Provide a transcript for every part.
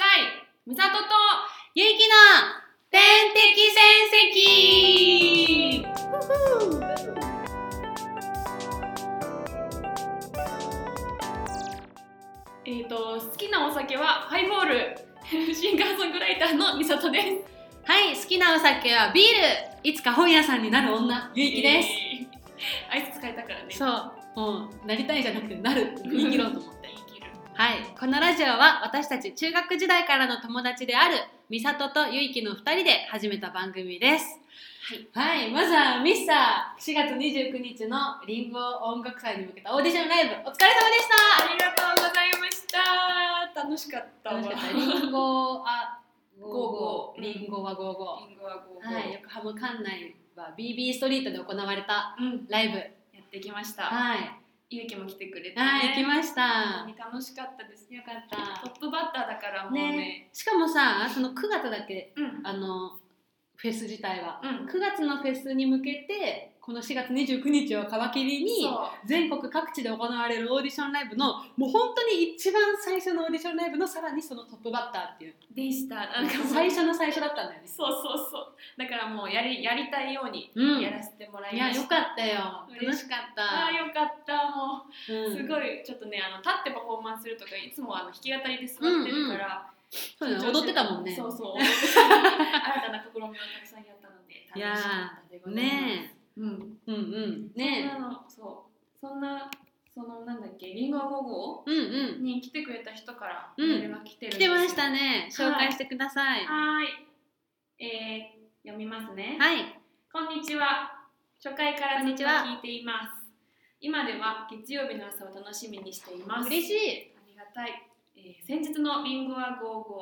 美里とゆいきの天敵戦績 えっ、と好きなお酒はハイボールシンガーソングライターの美里ですはい、好きなお酒はビール。いつか本屋さんになる女、ゆいきです。す 挨拶変えたからねそう、もうなりたいじゃなくてなるって言い切ろ うと思って。言い切るはい、このラジオは私たち中学時代からの友達である美里とゆいきの2人で始めた番組です。はい、まずはミスター4月29日のリンゴ音楽祭に向けたオーディションライブお疲れ様でした ありがとうございました楽しかったわ楽しかったリンゴあゴーゴーリンゴはゴーゴリンゴはこーはい、横浜館内は BB ストリートで行われたう、うん、ライブやってきましたはいゆうきも来てくれて、ね、はい、行きました本当に楽しかったですよかったトップバッターだからもうねね、しかもさその9月だけうんあのフェス自体は、うん9月のフェスに向けてこの4月29日を皮切りにそう全国各地で行われるオーディションライブのもう本当に一番最初のオーディションライブのさらにそのトップバッターっていうでしたなんかもう最初の最初だったんだよねそうそうそうだからもうやりやりたいようにうんやらせてもらいいやまよした、かったよ楽しかったああよかったもう、うんすごいちょっとねあの立ってパフォーマンスするとかいつもあの弾き語りで座ってるから、そうだね踊ってたもんねそうそう踊ってた新たな試みをたくさんやったのでいやー楽しかったでございますねうんえうんうんねそんなのそうそんなそのなんだっけリンゴ5号えうんうんに来てくれた人からうんメールが来てるん来ですてよましたね紹介してくださいはーいえー、読みますねはいこんにちは。初回からこんずっにとちは聞いています。今では月曜日の朝を楽しみにしています。嬉しい。い。ありがたい。えー先日のリンゴは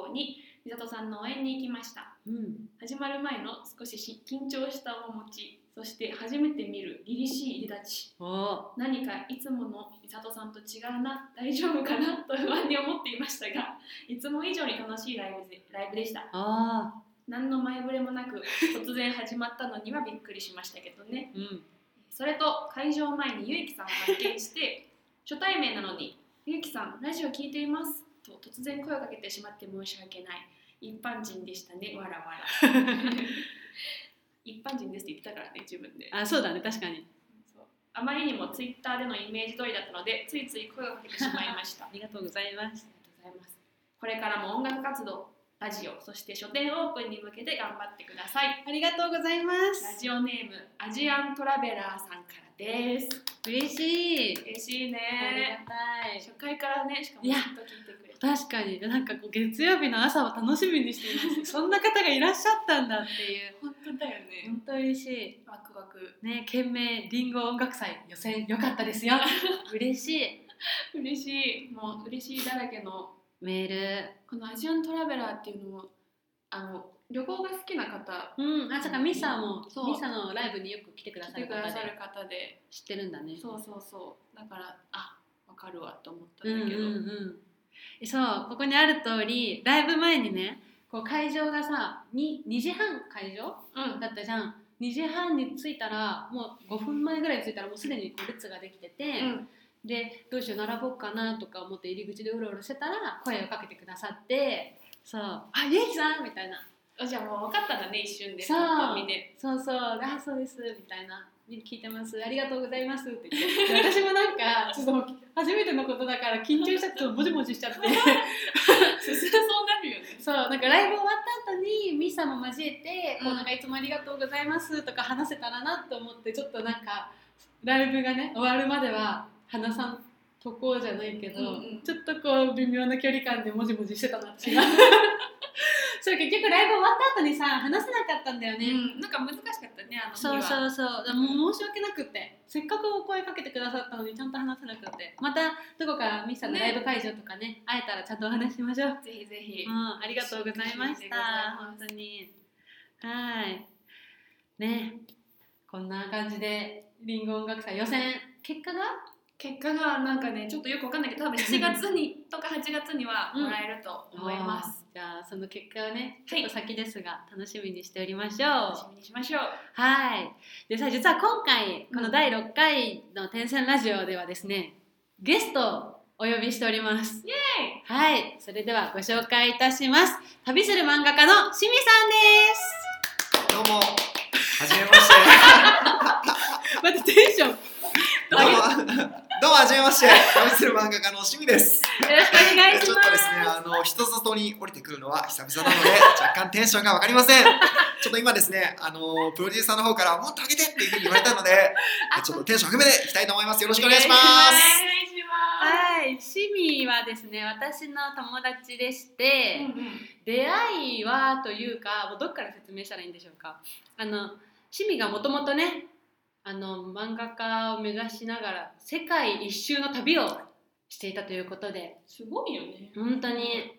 55に美里さんの応援に行きました。うん。始まる前の少しし緊張した面持ち、そして初めて見る凛々しい出立ち。お何かいつもの美里さんと違うな、大丈夫かなと不安に思っていましたが、いつも以上に楽しいライブでライブでした。あ何の前触れもなく突然始まったのにはびっくりしましたけどねー。うん。それと会場前にゆうきさんを発見して初対面なのに「ゆうきさんラジオ聞いています」と突然声をかけてしまって申し訳ない一般人でしたねわらわら一般人ですって言ってたからね自分であ、そうだね、確かに。そうあまりにもツイッターでのイメージ通りだったのでついつい声をかけてしまいましたありがとうございまありがとうす。ございます。これからも音楽活動、ラジオ、そして書店オープンに向けて頑張ってください。ありがとうございまラ。ジオネーム、アジアントラベラーさんからです。嬉しい。嬉しいあね。りがたい初。回からね、しかもずいっやと聞いてくれて。確かに、なんかこう月曜日の朝を楽しみにしています。 そんな方がいらっしゃったんだっていう。本当だよね。当嬉しい。ワクワク。ね、県名リンゴ音楽祭予選良かったです よ。嬉しい。嬉しい。もう嬉しいだらけの、メール。このアジアントラベラーっていうのも、あの、旅行が好きな方、うん、あ、そっか、ミサも、そうミサのライブによく来てくだ来さてるく方ださでる方で、知ってるんだね。そうそうそう。だから、あ、わかるわと思ったうんんだうんけど。うんえそうここにある通りライブ前にねこう会場がさ 2, 2時半会場うんだったじゃん2時半に着いたらもう5分前ぐらいに着いたらもうすでにこう列ができてて、うんでどうしよう並ぼうかなとか思って入り口でうろうろしてたら声をかけてくださってそう「あゆうきさん!」みたいなあじゃあもう分かったんだね一瞬でそうパッと見で「そうそうあそうです」みたいな「聞いてますありがとうございます」 って言ってで私もなんかちょっともう初めてのことだから緊張しちゃ ってちょっともじもじしちゃって。進み そうなるよねそうなんかライブ終わった後にミサも交えて、こううんなんかいつもありがとうございますとか話せたらなと思ってちょっとなんかライブがね終わるまでは話さんとこうじゃないけど、うんうんちょっとこう微妙な距離感でもじもじしてたなっていう そう結局ライブ終わった後にさ話せなかったんだよね、うんなんか難しかったねあの日そうはそうそうだからもう申し訳なくってせっかくお声かけてくださったのにちゃんと話せなくってまたどこかミサのライブ会場とかね会えたらちゃんとお話ししましょうぜひぜひ、うん、ありがとうございました。本当に。はい。ね。こんな感じで、リンゴ音楽祭予選、結果が。結果がなんかねちょっとよく分かんないけど多分7月にとか8月にはもらえると思います、。じゃあ、その結果をね、ちはょいっと先ですが、楽しみにしておりましょ楽しう。みにしましょうはい。でさ、実は今回、こうんの第6回の天線ラジオではですね。ゲストお呼びしております。はい、それではご紹介いたします。旅する漫画家の清水さどうも。はじめま して。んです。待ってテンション。よどうも。どうもはじめまして。旅する漫画家の趣味です。ろしくお 願いしちょっま。とですすね、あの人里に降りてくるのは久々 なので、若干テンションがわかりません。ちょっと今ですね、あのプロデューサーの方からもっと上げてっていうふうに言われたので、ちょっとテンション上げめていきたいと思います。よろしくお願いしまお願す。いしまはい、シミはですね、私の友達でして、す。うんうん出会いはというか、もうどっから説明したらいいんでしょうか。あの、シミがもともとね、あの漫画家を目指しながら世界一周の旅をしていたということで、すごいよね。本当に。い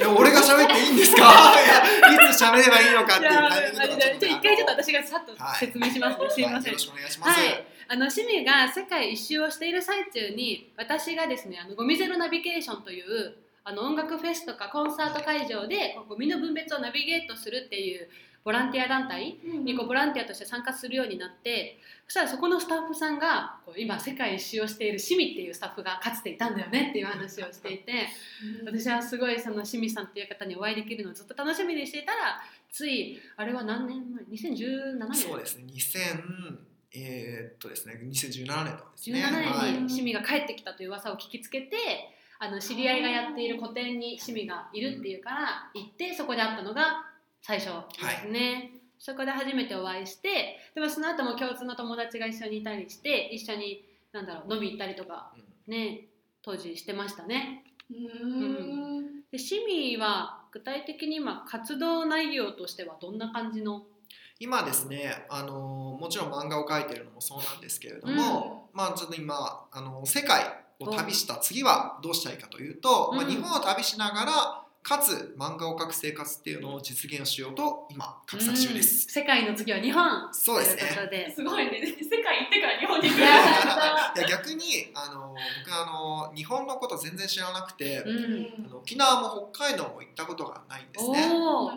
や俺が喋っていいんですか。 いやいつ喋ればいいのかっていうタイミングとかじゃあ一回ちょっと私がさっとはい説明しますね。すいませんよろ。しくお願いします。はい、あの趣味が世界一周をしている最中に私がですねあのゴミゼロナビゲーションというあの音楽フェスとかコンサート会場でこうゴミの分別をナビゲートするっていうボランティア団体にこうボランティアとして参加するようになってそしたらそこのスタッフさんがこう今世界一周をしている趣味っていうスタッフがかつていたんだよねっていう話をしていて。私はすごいその清水さんという方にお会いできるのをずっと楽しみにしていたらついあれは何年前2017年そうですね、2000えーっとですね、2017年とかです17ね。は年いに趣味が帰ってきたという噂を聞きつけてあの知り合いがやっている個展に趣味がいるっていうから行ってそこで会ったのが最初ですね、そこで初めてお会いしてでもその後も共通の友達が一緒にいたりして一緒になんだろう飲み行ったりとかうんね当時してましたねうん。で趣味は具体的に今活動内容としてはどんな感じの今ですね、あのーもちろん漫画を描いてるのもそうなんですけれども、まあちょっと今あのー世界を旅した次はどうしたいかというと、うんまあ、日本を旅しながらかつ漫画を描く生活っていうのを実現しようと今画策中です。うん世界の次は日本そうですというこね。とで。すごいね。 世界行ってから日本に来いる。やいや逆にあのー僕あのー日本のこと全然知らなくて、ううんんあの沖縄も北海道も行ったことがないんですね。おお、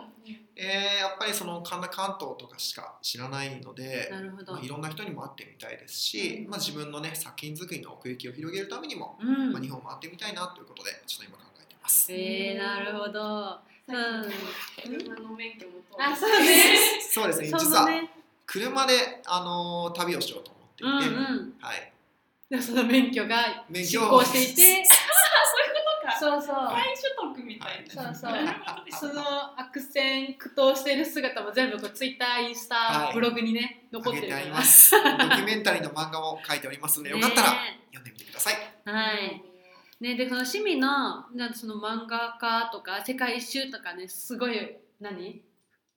えーやっぱりその関関東とかしか知らないのでなるほど。まあ、いろんな人にも会ってみたいですし、まあ、自分のね作品作りの奥行きを広げるためにも、うんまあ、日本も会ってみたいなということでちょっと今考えています。えー、なるほど。うん。車の免許もあ、そうね。そうですね実そうはね。車で、あのー旅をしようとうん思っていて、うん。はい、でもその免許が免執許行していて、そういうこそうそう。とか。再所得みたいそうそうな。その悪戦苦闘している姿も全部こうツイッター、インスタ、はいブログにね残上ってげるてかあらりま。すドキュメンタリーの漫画も書いておりますのでよかったらね読んでみてください。えはい。。ねでその趣味のなんその漫画家とか世界一周とかねすごい何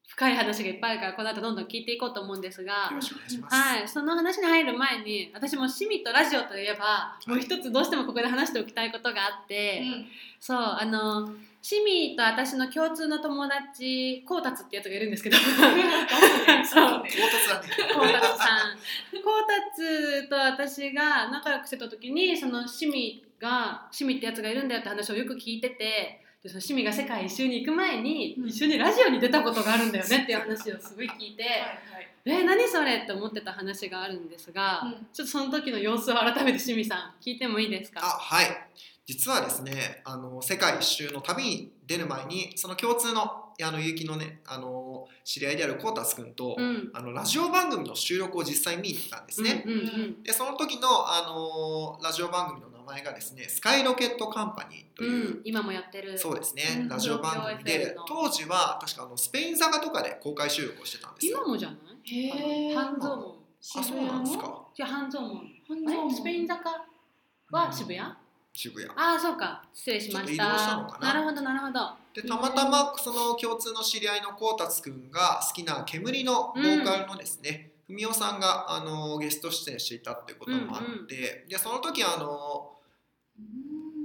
深い話がいっぱいあるからこの後どんどん聞いていこうと思うんですが。よろしくお願いします。はい、その話に入る前に私も趣味とラジオといえばいもう一つどうしてもここで話しておきたいことがあって、そうあの趣味と私の共通の友達こうたつってやつがいるんです けどそう唐突だね。こうたつさんこうたつと私が仲良くしてた時にその趣味が趣味ってやつがいるんだよって話をよく聞いてて。でその趣味が世界一周に行く前にうん一緒にラジオに出たことがあるんだよねっていう話をすごい聞いて、え何それって思ってた話があるんですが、うんちょっとその時の様子を改めて清水さん聞いてもいいですあかはい実はですねあの世界一周の旅に出る前にその共通のあの結城のねあの知り合いであるコータス君と、うんあのラジオ番組の収録を実際見に行ったんですね、うんうんうんでその時のあのラジオ番組の名前がですねスカイロケットカンパニーとういう、ん、今もやってるそうですね、うんラジオ番東組京で FM の当時は確かあのスペイン坂とかで公開収録をしてたんですよ今もじゃないへえ。半蔵門あそうなんですかじゃあ半蔵門半あれ蔵スペイン坂は渋谷、あ渋谷あそうか失礼しましたちょっと移動したのかなるほどなるほどでたまたまその共通の知り合いのこうたつくんが好きな煙のボーカルのですね、文雄さんがあのゲスト出演していたっていうこともあって、うんうんでその時あの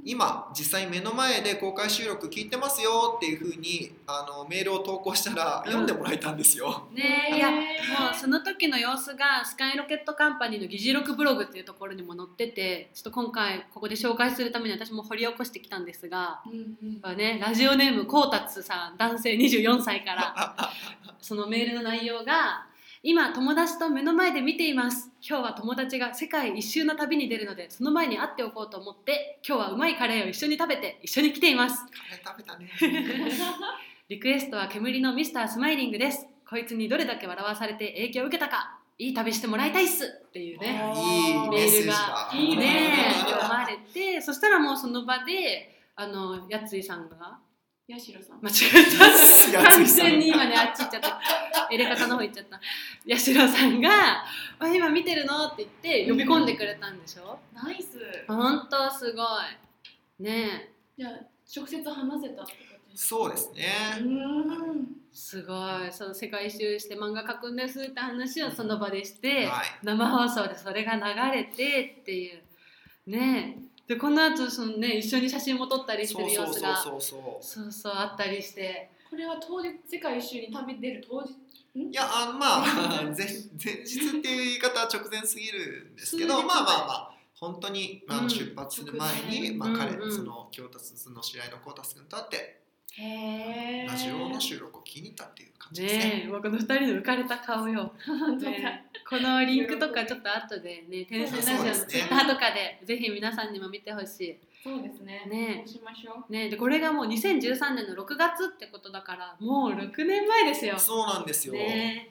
今実際目の前で公開収録聞いてますよっていうふうにあのメールを投稿したらうん読んでもらえたんですよ。ねえいやもうその時の様子がスカイロケットカンパニーの議事録ブログっていうところにも載っててちょっと今回ここで紹介するために私も掘り起こしてきたんですがはね、ラジオネームこうたつさん男性24歳からそのメールの内容が「今友達と目の前で見ています今日は友達が世界一周の旅に出るのでその前に会っておこうと思って今日はうまいカレーを一緒に食べて一緒に来ていますカレー食べたね。 リクエストは煙のミスタースマイリングですこいつにどれだけ笑わされて影響を受けたかいい旅してもらいたいっすっていうねいいメッセージだ。メールがいいねね読まれてそしたらもうその場であのやついさんがヤシロさん。間違 えたやつ完いさん全に今ねあっち行っちゃった入れ方の方行っちゃったやしろさんが「あ今見てるの?」って言って呼び込んでくれたんでしょナイス。ほんとすごいねえじゃあ直接話せたってことです。そうですうーね。ん。すごいそう世界一周して漫画描くんですって話をその場でして、はい。生放送でそれが流れてっていうねえでこの後そのね一緒に写真も撮ったりしてそうるそ様子うそうがそうそう。そうそうあったりしてこれは当日世界一周に旅出る当日。いやあ のまあ前前日っていう言い方は直前すぎるんですけど数日前まあまあまあ本当に、まあ、うん出発する前に、直前まあ、彼、うんうんその京都スの試合のコータス君と会ってへラジオの収録を聞きに行ったっていう感じですね。ねえもうこの2人の浮かれた顔よ本当だ。ねこのリンクとかちょっと後でね、天才ラジオのツイッターとかで、ぜひ皆さんにも見てほしそうですね。ねそうしましょう。い。ね、で、これがもう2013年の6月ってことだから、もう6年前ですよ。そうなんですよ。ね。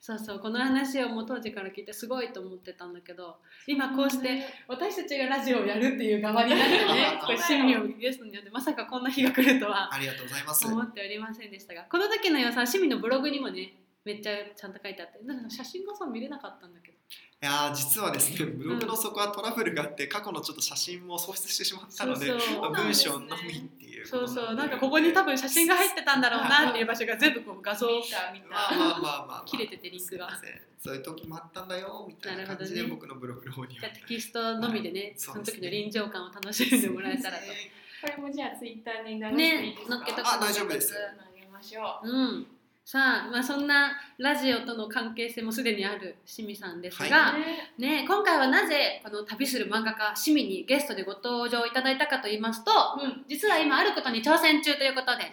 そうそう、この話をもう当時から聞いてすごいと思ってたんだけど、今こうして私たちがラジオをやるっていう側になって ね、こう趣味をゲストに呼んで、まさかこんな日が来るとはありがとうございます。思っておりませんでしたが、この時の様子は趣味のブログにもね、めっちゃちゃんと書いてあって、なんか写真がさ見れなかったんだけど。いやー実はですねブログの底はトラブルがあって、過去のちょっと写真も喪失してしまったのでそうそうまあそうなん文ですね章のみっていうそうそう、でなんかここに多分写真が入ってたんだろうなっていう場所が全部こう画像見た見まあた。まあまあまあ、まあ、切れててリンクがすいませんそういう時もあったんだよみたいな感じなで、るほどね僕のブログの方にじはゃあテキストのみでね、そそうのです時ねの臨場感を楽しんでもらえたらと。これもじゃあツイッターに流していいねで、すか。乗っけとくあ大丈夫です投げましょうん。さあ、まあそんなラジオとの関係性もすでにある清水さんですが、う。ねね、今回はなぜこの旅する漫画家清水にゲストでご登場いただいたかと言いますと、うん。実は今あることに挑戦中ということで。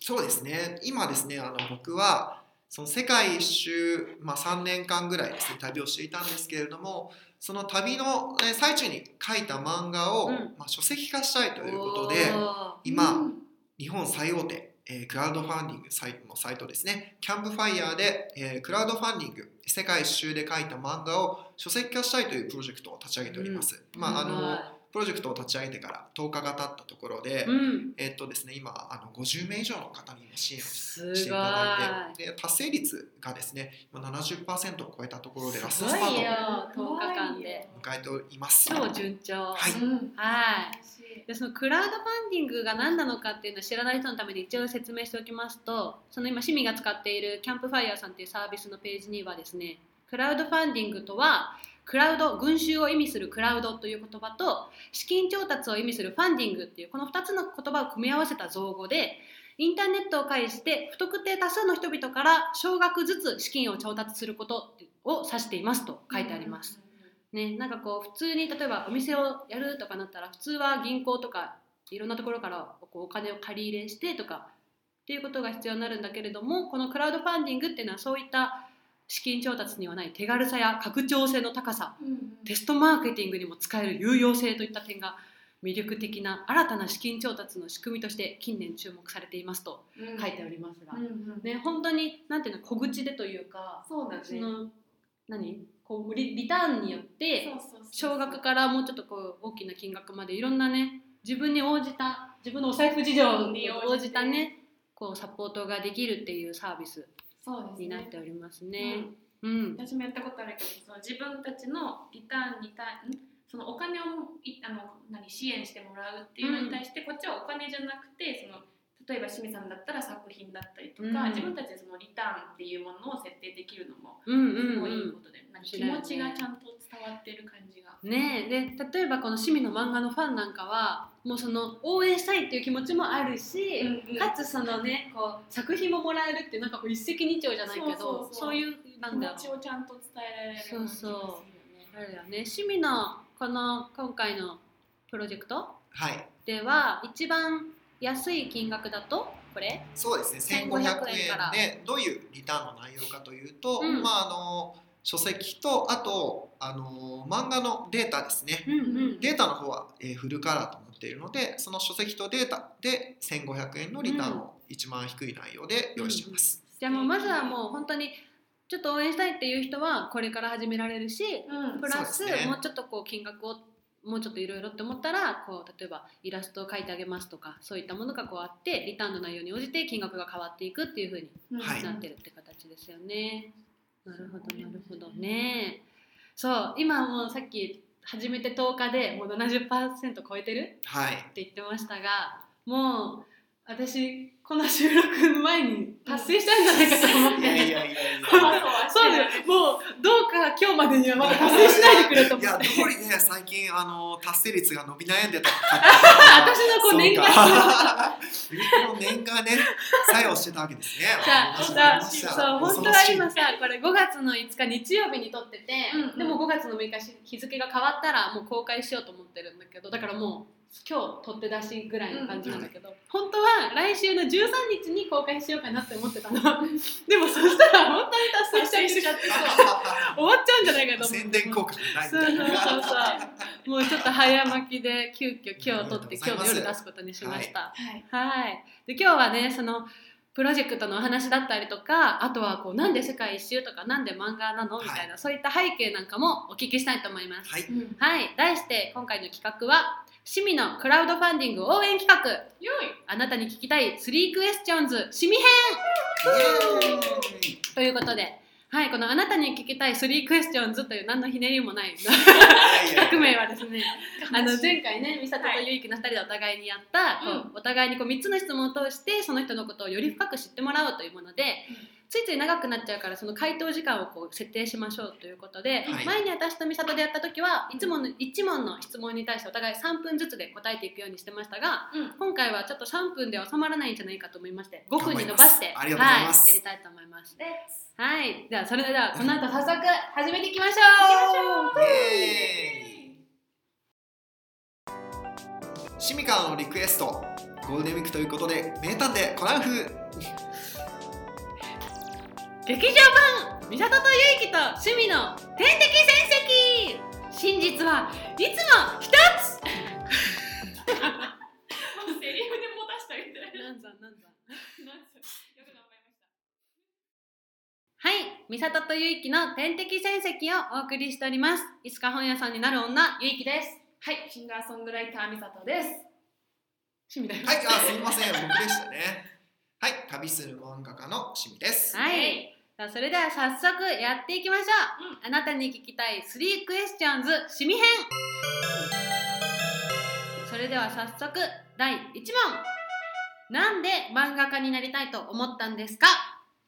そうですね今ですねあの僕はその世界一周、まあ、3年間ぐらいですね旅をしていたんですけれどもその旅の、えー最中に書いた漫画を、うんまあ、書籍化したいということでおー今、うん日本最大手、えークラウドファンディングサイトのサイトですね、キャンプファイヤーで、えークラウドファンディング、世界一周で書いた漫画を書籍化したいというプロジェクトを立ち上げております。まあ、あのプロジェクトを立ち上げてから10日が経ったところで、うん、えっとですね、今あの50名以上の方に支援をしすごいていただいてで達成率がですね今70%を超えたところでラストスパすごいよー10日間で。トを迎えております。超順調。はいうん。はい。嬉しいでそのクラウドファンディングが何なのかっていうのを知らない人のために一応説明しておきますとその今市民が使っているキャンプファイヤーさんっていうサービスのページにはですねクラウドファンディングとはクラウド群衆を意味するクラウドという言葉と資金調達を意味するファンディングっていうこの2つの言葉を組み合わせた造語でインターネットを介して不特定多数の人々から少額ずつ資金を調達することを指していますと書いてあります。。ね、なんかこう普通に例えばお店をやるとかなったら普通は銀行とかいろんなところからこうお金を借り入れしてとかっていうことが必要になるんだけれどもこのクラウドファンディングっていうのはそういった資金調達にはない手軽さや拡張性の高さうんうんテストマーケティングにも使える有用性といった点が魅力的な新たな資金調達の仕組みとして近年注目されていますとうん書いておりますが、うんうんね、本当になんていうの小口でというかそうだね。その何こうリリターンによってそうそうそう少額からもうちょっとこう大きな金額までいろんなね自分に応じた自分のお財布事情に応じたねこうサポートができるっていうサービスそうですねになっておりますうねん。うん、私もやったことあるけどその自分たちのリターンに対んそのお金をいあの何支援してもらうっていうのに対して、こっちはお金じゃなくてその例えば清水さんだったら作品だったりとか、うん自分たちでそのリターンっていうものを設定できるのもうん、うん、すうごいいいんことで、なんか気そうだよね持ちがちゃんと伝わってる感じが。ねえで例えばこの趣味の漫画のファンなんかはもうその応援したいっていう気持ちもあるし、うんうんかつそのねこう作品ももらえるっていうなんかこう一石二鳥じゃないけどそそううそうそういうなん気だろ持うちをちゃんと伝えられる感じがするよね。あるよね趣味のこの今回のプロジェクトはい、では一番安い金額だとこれそうですね1500 1500円から円でどういうリターンの内容かというと、うんまああの書籍とあとあの漫画のデータですねうんうんデータの方は、えーフルカラーとなっているのでその書籍とデータで1500円のリターンを一番低い内容で用意しています、じゃあもうまずはもう本当にちょっと応援したいっていう人はこれから始められるしうんプラス、そうですねもうちょっとこう金額をもうちょっといろいろって思ったらこう例えばイラストを描いてあげますとかそういったものがこうあってリターンの内容に応じて金額が変わっていくっていうふうにうんはいなってるって形ですよね。なるほどなるほどね。そう今もうさっき始めて10日でもう70%超えてる はいって言ってましたがもう私この収録前に達成したんじゃないかと思っいやいやいて。やいやそわそわしてそうるですもうどうか今日までにはまだ達成しないでくれとい思やっどて。うりね最近あの達成率が伸び悩んで た私のこう年間そうか僕の念がね作用してたわけですね じゃあ、わじかゃりあ、ましたそう、本当は今さ、これ5月の5日日曜日に撮ってて、うんうんでも5月の6日し日付が変わったら、もう公開しようと思ってるんだけど、だからもう。今日撮って出しぐらいの感じなんだけど、本当は来週の13日に公開しようかなって思ってたの でもそしたら本当に達成しちゃって終わっちゃうんじゃないかと思って宣伝効果がないみそうそたういなそうそうもうちょっと早巻きで急遽今日撮ってありがと今うござい日ますの夜出すことにしました、はいはい、で今日はねそのプロジェクトのお話だったりとかあとはこうなんで世界一周とかなんで漫画なのみたいな、そういった背景なんかもお聞きしたいと思います。はいうんはい、題して今回の企画は「市民のクラウドファンディング応援企画よいあなたに聞きたい3クエスチョンズ市民編イエーイ」ということで、はい、この「あなたに聞きたい3クエスチョンズ」という何のひねりもないい企画やい名やはですねあの前回ね美里とゆいきの2人でお互いにやった、はいこうお互いにこう3つの質問を通してその人のことをより深く知ってもらおうというもので、うんついつい長くなっちゃうからその回答時間をこう設定しましょうということで、はい前に私と美里でやった時はいつもの1問の質問に対してお互い3分ずつで答えていくようにしてましたがうん今回はちょっと3分では収まらないんじゃないかと思いまして5分に伸ばして頑張りますありがとうございますはい、やりたいと思います。はい、ではそれではこの後早 速始めていきましょうイエーイシミカーのリクエストゴールデンウィークということで名探偵コナン風劇場版美里とゆいきと趣味の天敵戦績真実はいつも一つもうセリフでもう出してあげてなんなんざなんざすよよく頑張りましたはい美里とゆいきの天敵戦績をお送りしておりますいつか本屋さんになる女ゆいきですはいシンガーソングライター美里です趣味だよはい、あ、すみません、僕でしたね。はい、旅する漫画家のしみです。はい、はさあそれでは早速やっていきましょう、あなたに聞きたい3クエスチョンズ趣味編それでは早速第1問なんで漫画家になりたいと思ったんですか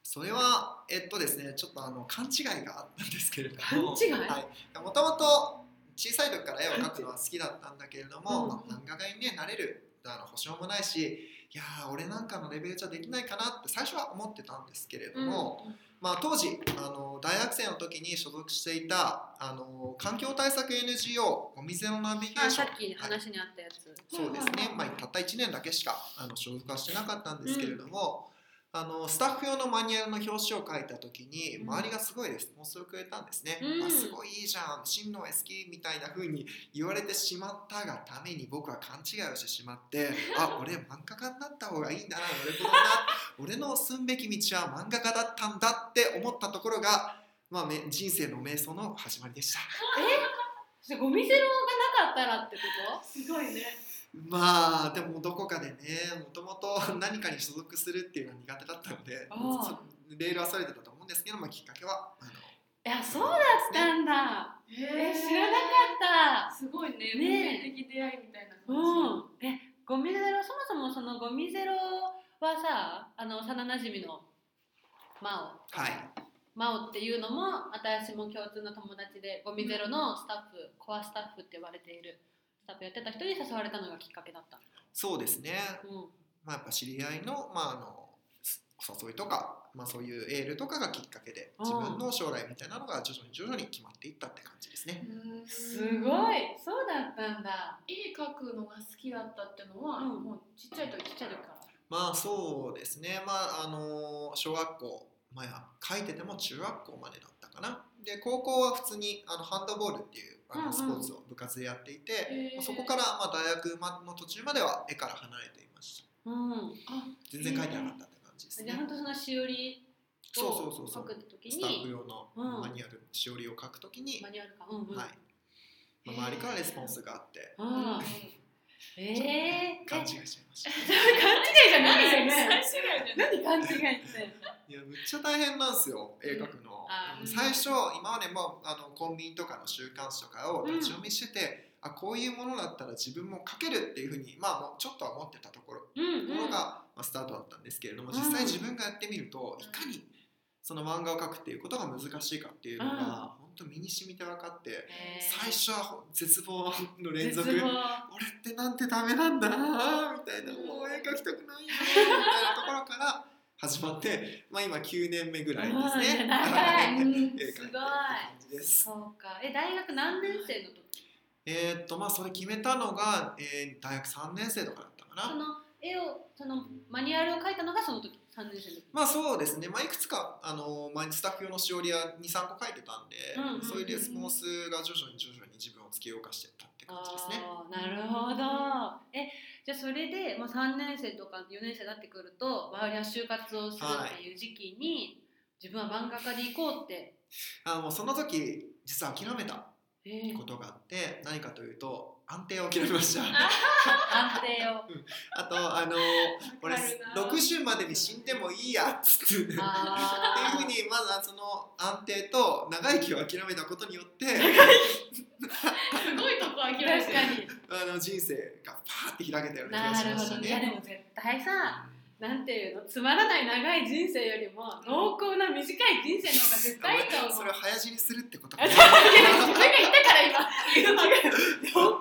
それは、えっとですね、ちょっとあの勘違いがあったんですけれども。勘違いはい、もともと小さい時から絵を描くのは好きだったんだけれども、うんまあ漫画家にね、なれる。あの保証もないし。いやー俺なんかのレベルじゃできないかなって最初は思ってたんですけれども、まあ、当時あの大学生の時に所属していたあの環境対策 NGO お店のナビゲーあショさンっき話にあったやつ、そうですね、うんうんまあ、たった1年だけしかあの所属はしてなかったんですけれども、あのスタッフ用のマニュアルの表紙を書いた時にうん周りがすごいレスポンスをくれたんですね、うんあすごいいいじゃん真の絵好きみたいな風に言われてしまったがために僕は勘違いをしてしま ってあ俺漫画家になった方がいいんだな俺こんな俺の進むべき道は漫画家だったんだって思ったところが、まあ、め人生の瞑想の始まりでした。えゴミゼロがなかったらってことすごいねまあでもどこかでねもともと 何かに所属するっていうのは苦手だったのでああそレールはされてたと思うんですけど、まあ、きっかけはあのいやそうだったんだええ知らなかったたすごいねね運命的出会いみたいな感うん、えゴミゼロそもそもそのゴミゼロはさあの幼なじみの真央はい真央っていうのも私も共通の友達でゴミゼロのスタッフ、コアスタッフって呼ばれているスタッフやってた人に誘われたのがきっかけだった、そうですね、うん、まあ、やっぱ知り合いの,、まあ、あのお誘いとか、まあ、そういうエールとかがきっかけでうん自分の将来みたいなのが徐々に徐々に決まっていったって感じですね。じうんすごいそうだったんだ絵描くのが好きだったってのは、うんもうちっちゃい時ちっちゃい時からまあそうですね、まあ、あの小学校、まあ、書いてても中学校までだったかなで高校は普通にあのハンドボールっていうあうんうんのスポーツを部活でやっていて、へーそこからまあ大学まの途中までは絵から離れていましたうん。全然書いてなかったって感じですじゃあね本当そのしおりそうそうそうをそ書うくときスタッフに用のうんマニュアル、しおりを書くときに、マニュアルか。うんうん。はいまあ、周りからレスポンスがあってああ。ええ。勘違いしちゃいま した違いじゃないよ ね。最違いじゃない。何勘違いって。いやむっちゃ大変なんですよ絵描くのあ、ー最初今までもあのコンビニとかの週刊誌とかを立ち読みしてて、あこういうものだったら自分も描けるっていうふうに、まあ、もうちょっとは思ってたところうんところが、まあ、スタートだったんですけれども実際自分がやってみると、うんいかにその漫画を描くっていうことが難しいかっていうのが、うん本当身に染みて分かってえー最初は絶望の連続絶俺望ってなんてダメなんだみたいなもう絵描きたくないよみたいなところから始まって、まあ、今9年目ぐらいですね。うん長い絵描いてうんるって感じですそうか。え大学何年生の時？えーっとまあそれ決めたのが、えー大学3年生とかだったかな。その絵をそのマニュアルを書いたのがその時三年生の時。まあそうですね、まあ、いくつかあの毎日スタッフ用のしおりは23個書いてたんで、うんうんうんそういうレスポンスが徐々に徐々に自分を突き動かしてったって感じですね。あーなるほど。え、じゃあそれで、まあ三年生とか四年生になってくると、周りは就活をするっていう時期に、自分は漫画家で行こうって。あもうその時実は諦めたえーことがあって何かというと安定を諦めました安定を。あとあの俺60までに死んでもいいやっつって っていうふうあーにまずはその安定と長生きを諦めたことによってすごいとこ諦めてる確かに。あの人生がパーって開けたような気がなしるまほしたどね。いやね。でも絶対さ、なんていうの、つまらない長い人生よりも濃厚な短い人生の方が絶対いいと思うそ。れを早死にするってことあか違うな自分が言ったから今。違う 本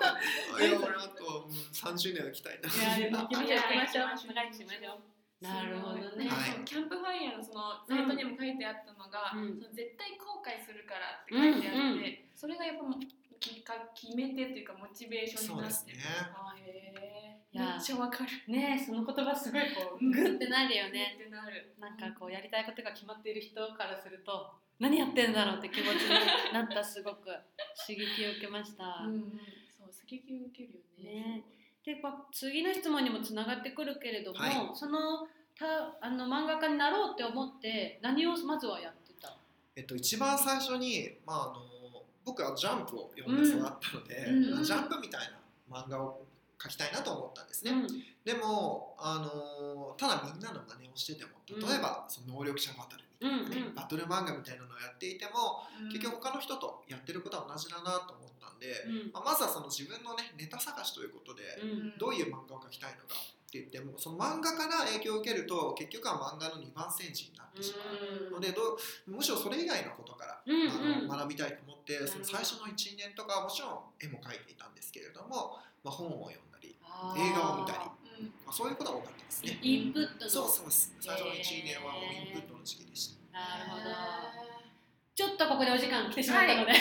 当。いや俺あと、うん、30年は来たいな。いや行きましょう行きましょう行きましょう長生きしましょうなるほどね。はいそうキャンプファイヤーのそのサイトにも書いてあったのが、うんその絶対後悔するからって書いてあって、うんうそれがやっぱもうきか決め手というかモチベーションになってそうですねあへいえやめっちゃわかるねえその言葉すごいこううグってなるよねってなるなんかこうやりたいことが決まっている人からすると何やってんだろうって気持ちになったすごく刺激を受けました、うんうん、そう刺激を受けるよねねでまあ次の質問にもつながってくるけれども、はいそのたあの漫画家になろうって思って何をまずはやってたえっと、一番最初に、まあ、あの僕はジャンプを読んで育ったので、うんまあジャンプみたいな漫画を描きたいなと思ったんですね。うんでも、あのただみんなの真似をしてても例えば、その能力者バトルみたいな、ねうんうんバトル漫画みたいなのをやっていても、うん結局他の人とやってることは同じだなと思ったんで、うんまあ、まずはその自分の、ね、ネタ探しということで、うんどういう漫画を描きたいのかって言ってもその漫画から影響を受けると結局は漫画の2番戦時になってしまうのでどうむしろそれ以外のことから、うんあうのん学びたいと思ってそなるほのど最初の1年とかはもちろん絵も描いていたんですけれども、まあ、本を読んだり、あー映画を見たりうんまあ、そういうことが多かったですね。インプットのそうそうです最初の1年はもうへーインプットの時期でした。なるほど、あちょっとここでお時間来てしまった ので、は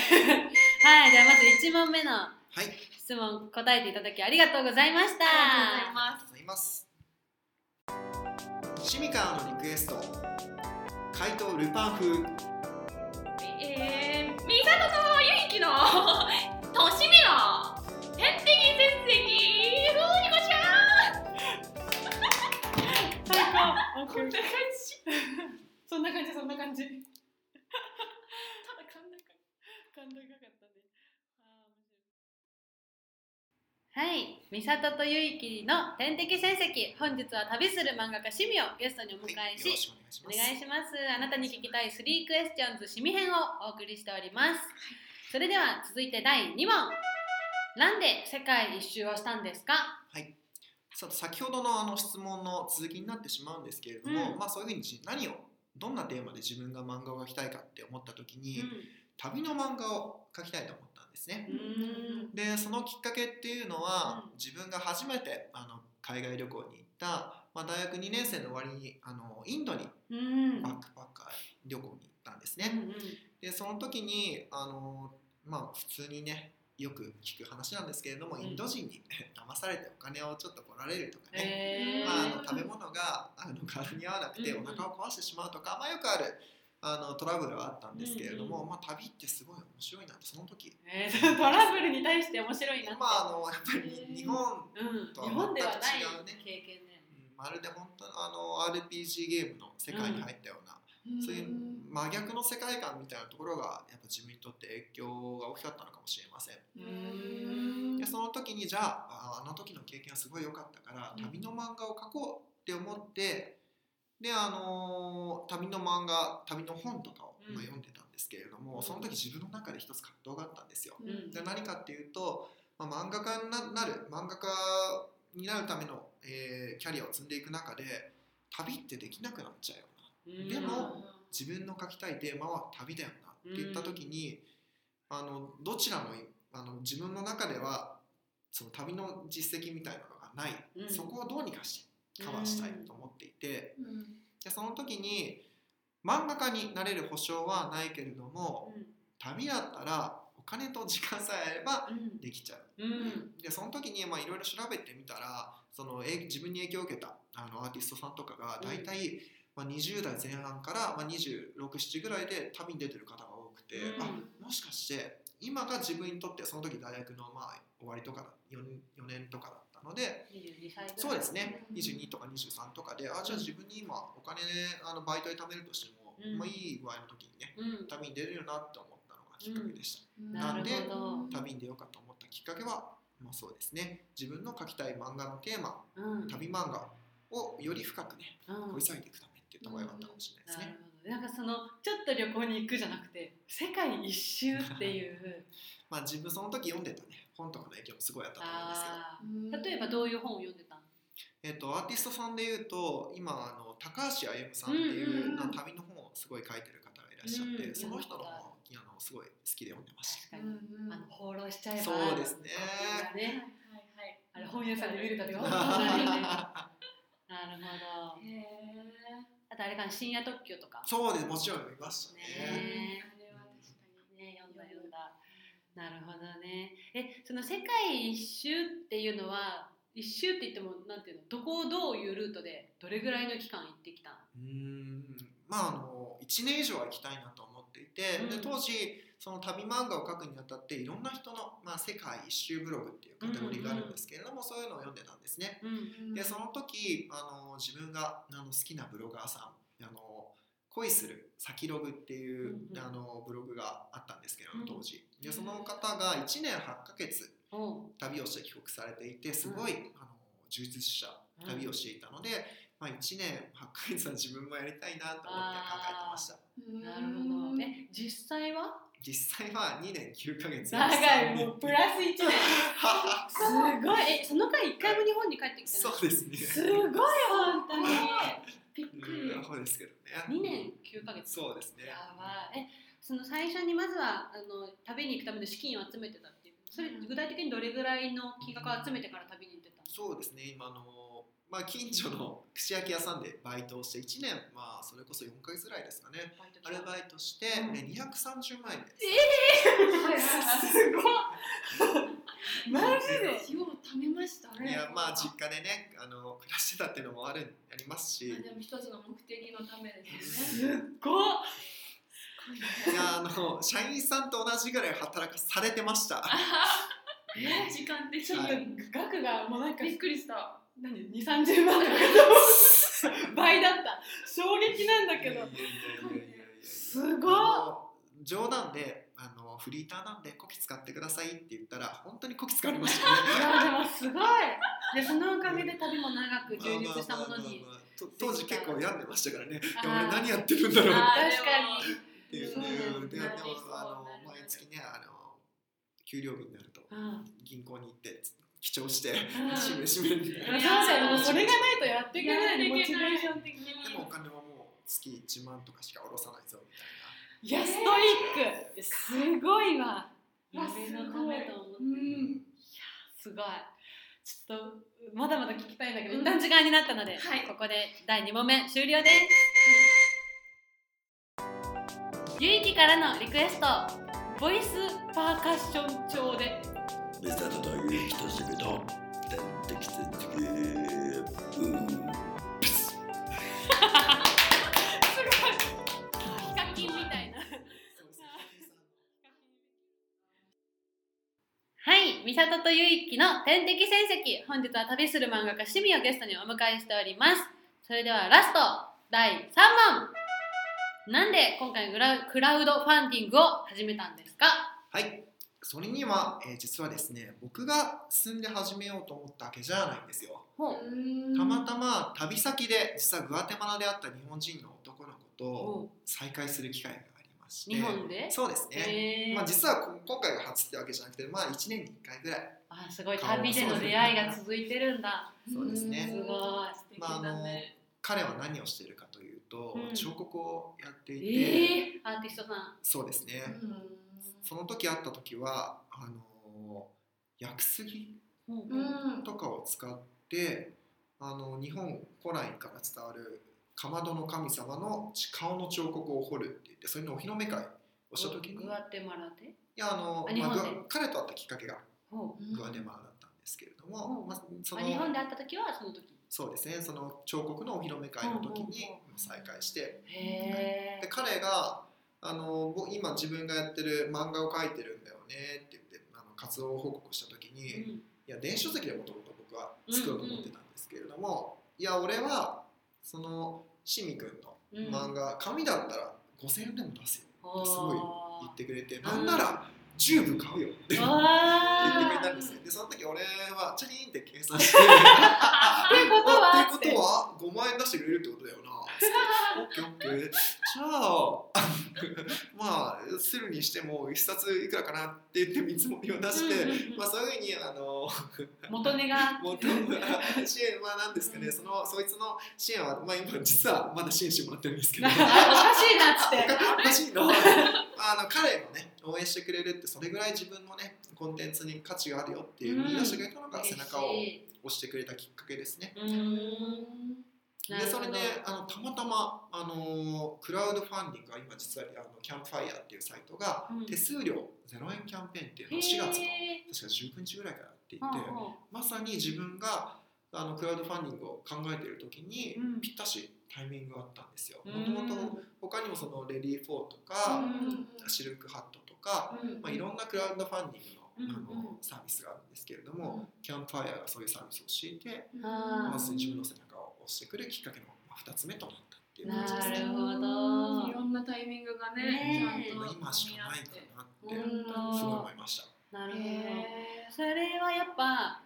い、じゃあまず1問目のはい、あり質問答えていただきありがとうございました。りがとうございがまとうございます。シミカーのリクエスト怪盗ルパン風すえー、みさととゆいきの としみの天敵絶石ふうにこちゃん 最こんな感高。じ そんな感じそんな感じ。ただ感動か感動がかったね。はい、美里とゆいきの天敵戦績。本日は旅する漫画家シミをゲストにお迎はいえよろし、しくお願いしおま願すい。します。あなたに聞きたい3クエスチョンズシミ編をお送りしております。それでは続いて第2問。なんで世界一周をしたんですか？はい、さ先ほどのあの質問の続きになってしまうんですけれども、うんまあ、そういうふうにじ何をどんなテーマで自分が漫画を描きたいかって思った時うに、旅の漫画を描きたいと思ったんですね。んでそのきっかけっていうのは、自分が初めてあの海外旅行に行った、まあ、大学2年生の終わりにあのインドにうんバックパッカー旅行に行ったんですね。うんうんでその時にあのまあ普通にねよく聞く話なんですけれども、うんインド人に 騙されてお金をちょっと来られるとかね、えまあ、あーの食べ物があの体に合わなくてうおんうん腹を壊してしまうとか、まあ、よくあるあのトラブルはあったんですけれども、うんまあ、旅ってすごい面白いなとその時、え ー、トラブルに対して面白いなって、まあ、あのやっぱり日本うん、と日は本ではない全く違うね経験ねうんまるで本当にあの RPG ゲームの世界に入ったような、そういう真逆の世界観みたいなところがやっぱ自分にとって影響が大きかったのかもしれませんううんんでその時にじゃあああの時の経験はすごい良かったからうん旅の漫画を描こうって思ってであのー旅の漫画旅の本とかをうんまあ読んでたんですけれども、うんその時自分の中で一つ葛藤があったんですよ。うんで何かっていうと、まあ、漫画家にななる漫画家になるための、えーキャリアを積んでいく中で旅ってできなくなっちゃうよなうんでも自分の書きたいテーマは旅だよなって言った時に、あのどちらもあの自分の中ではその旅の実績みたいなのがない、うんそこをどうにかしてカバーしたいと思っていて、うんでその時に漫画家になれる保証はないけれども旅だったらお金と時間さえあればうんできちゃう。うんうんでその時にまあいろいろ調べてみたらそのえ自分に影響を受けたあのアーティストさんとかがうん大体、まあ、20代前半から、まあ、2627ぐらいで旅に出てる方が多くて、うんあもしかして今が自分にとってその時大学のまあ終わりとか 4, 4年とかだったので22歳ぐらいそうですねうん22とか23とかであじゃあ自分に今お金あのバイトで貯めるとしても、うんまあ、いい具合の時にねうん旅に出れるなって思ったのがきっかけでした。うんななんるでほど、旅に出ようかと思ったきっかけは、まあ、そうですね自分の描きたい漫画のテーマうんうん、旅漫画をより深くね掘り下げていくためっていうとこが良かったかもしれないなでするほどね。なんかそのちょっと旅行に行くじゃなくて世界一周っていう まあ自分その時読んでたね本とかの影響もすごいあったと思うんですけど、あうんー例えばどういう本を読んでたのえっとアーティストさんで言うと今あの高橋歩夢さんっていううん、うんうんなんか旅の本をすごい書いてる方がいらっしゃって、うんその人の本をあのすごい好きで読んでました。確かに、うんうんあの放浪しちゃえばそうですねあれはいねはいあれ本屋さんで見るた びわうんかんないよねあなるほどへあとあれかな深夜特急とかそうですもちろん見ましたね。え。ねあれは確かにね、ね読んだ読んだなるほどねえその世界一周っていうのは一周って言ってもなんていうのどこをどういうルートでどれぐらいの期間行ってきたのうーんまああの1年以上は行きたいなと思っていて、うんで当時その旅漫画を描くにあたっていろんな人の、まあ、世界一周ブログっていうカテゴリーがあるんですけれども、そういうのを読んでたんですね。うんでその時あの自分があの好きなブロガーさんあの恋する先ログっていう、うんうんあのブログがあったんですけれども当時、うでんその方が1年8ヶ月おう旅をして帰国されていてすごい、あの充実した旅をしていたので、まあ、1年8ヶ月は自分もやりたいなと思って考えてましたうんなるほどね。ね実際は実際は2年9ヶ月長い3もうプ年ラス1年すごいえその間一回も日本に帰ってきてそないうですねすごい本当にびっくうんりそうですけどね2年9ヶ月そうですねやばいえその最初にまずはあの旅に行くための資金を集めてたっていうそれ具体的にどれぐらいの金額を集めてから旅に行ってたのそうですね今あのまあ、近所の串焼き屋さんでバイトをして1年、まあ、それこそ4ヶ月ぐらいですかねバイトアルバイトして、うんね230万円ですすごいマジでよう貯めましたね。いやまあ実家でねあの暮らしてたっていうのもあるありますし、あでも一つの目的のためですす よっね。ごいいやあの社員さんと同じぐらい働かされてました。え時間的ちょっと額がもうなんかびっくりした。何2 3 0万とか倍だった衝撃なんだけどいやいやいやいやいやすごいあの冗談であのフリーターなんでコキ使ってくださいって言ったら本当にコキ使われましたね。いやでもすごいでそのおかげで旅も長く充実したものにまあまあまあまあと当時結構病んでましたからね。であー俺何やってるんだろうあ確あかにっていうそうね。なんでだでもなりそうあなりのそう毎月ねあの給料日になるとうん銀行に行って記帳して うんしめしめみたいそなうだよねそれがないとやっていけないねモチベーション的にでもお金はもう月1万とかしか下ろさないぞみたいな。いやストイックすごいわうわ夢のためと思ってるいやん。すごいちょっとまだまだ聞きたいんだけどうん一旦時間になったので、はいここで第2問目終了です、ゆいきからのリクエストボイスパーカッション調でミサトとユキとシビと天敵天敵 うんヒカキンみたいな。はい、美里とゆいきの天敵戦績。本日は旅する漫画家趣味をゲストにお迎えしております。それではラスト、第3問。なんで今回グラクラウドファンディングを始めたんですかはいそれには、えー実はですね僕が住んで始めようと思ったわけじゃないんですよほたまたま旅先で実はグアテマラで会った日本人の男の子とう。再会する機会がありまして日本でそうですね、へーまあ、実はこ今回が初ってわけじゃなくて、まあ、1年に1回ぐらいあすごい旅での出会いが続いてるんだ。そうですねすごい素敵まああだのね。彼は何をしているかというと、うん彫刻をやっていて、ええー、アーティストさん。そうですね、その時会った時はあの屋久杉ほううんうんとかを使ってあの日本古来から伝わるかまどの神様の顔の彫刻を彫るって言ってそれのお披露目会をした時にいグアテマラで。やあのあ日まあ本でグア彼と会ったきっかけがほうんグアテマラだったんですけれどうも、ん。まあ、そうあ日本ので会った時はその時。そうですねその彫刻のお披露目会の時うにんうんうん再会してへで彼があの僕今自分がやってる漫画を描いてるんだよねって言ってあの活動報告した時に、え。うんいや電子書籍でもともと僕は作ろうと思ってたんですけれども、いや俺はそのしみくんのうん漫画、紙だったら5000円でも出すよおーすごい言ってくれてんなんなら10部買うよって言ってくれあたーんですよでその時俺はチャリーンって計算して ああってことはってことは5万円出してくれるってことだよなつってオッケーオッケーじゃあ まあするにしても1冊いくらかなって言って見積もりを出して、うんうんうんまあそういうふうにあの元値がもう多分支援は何ですかね、そのそいつの支援は、まあ、今実はまだ支援してもらってるんですけ どおかしおいなっつってかしいのあの彼もね応援してくれるってそれぐらい自分のねコンテンツに価値があるよっていううん見出してくれたのが背中を嬉押しいしてくれたきっかけですね。うーんでなるそほれどであのたまたま、あのークラウドファンディングが今実はあのキャンプファイヤーっていうサイトが、うん手数料0円キャンペーンっていうのを4月の確かへ19日ぐらいからやっていて。ーほうほまさに自分があのクラウドファンディングを考えている時に、うんぴったしタイミングがあったんですよ。うもともうんと他にもそのレディー・フォーとうか、んシルクハットとか、うんまあ、いろんなクラウドファンディングの,、うんあのサービスがあるんですけれども、キャンプファイヤーがそういうサービスを敷いて、うんまず自分の背中を押してくるきっかけの2つ目となったっていうな感じですね。るほどいろんなタイミングがねね、えちゃんまあと今しかないかなってうんすごい思いました。なるほどへそれはやっぱ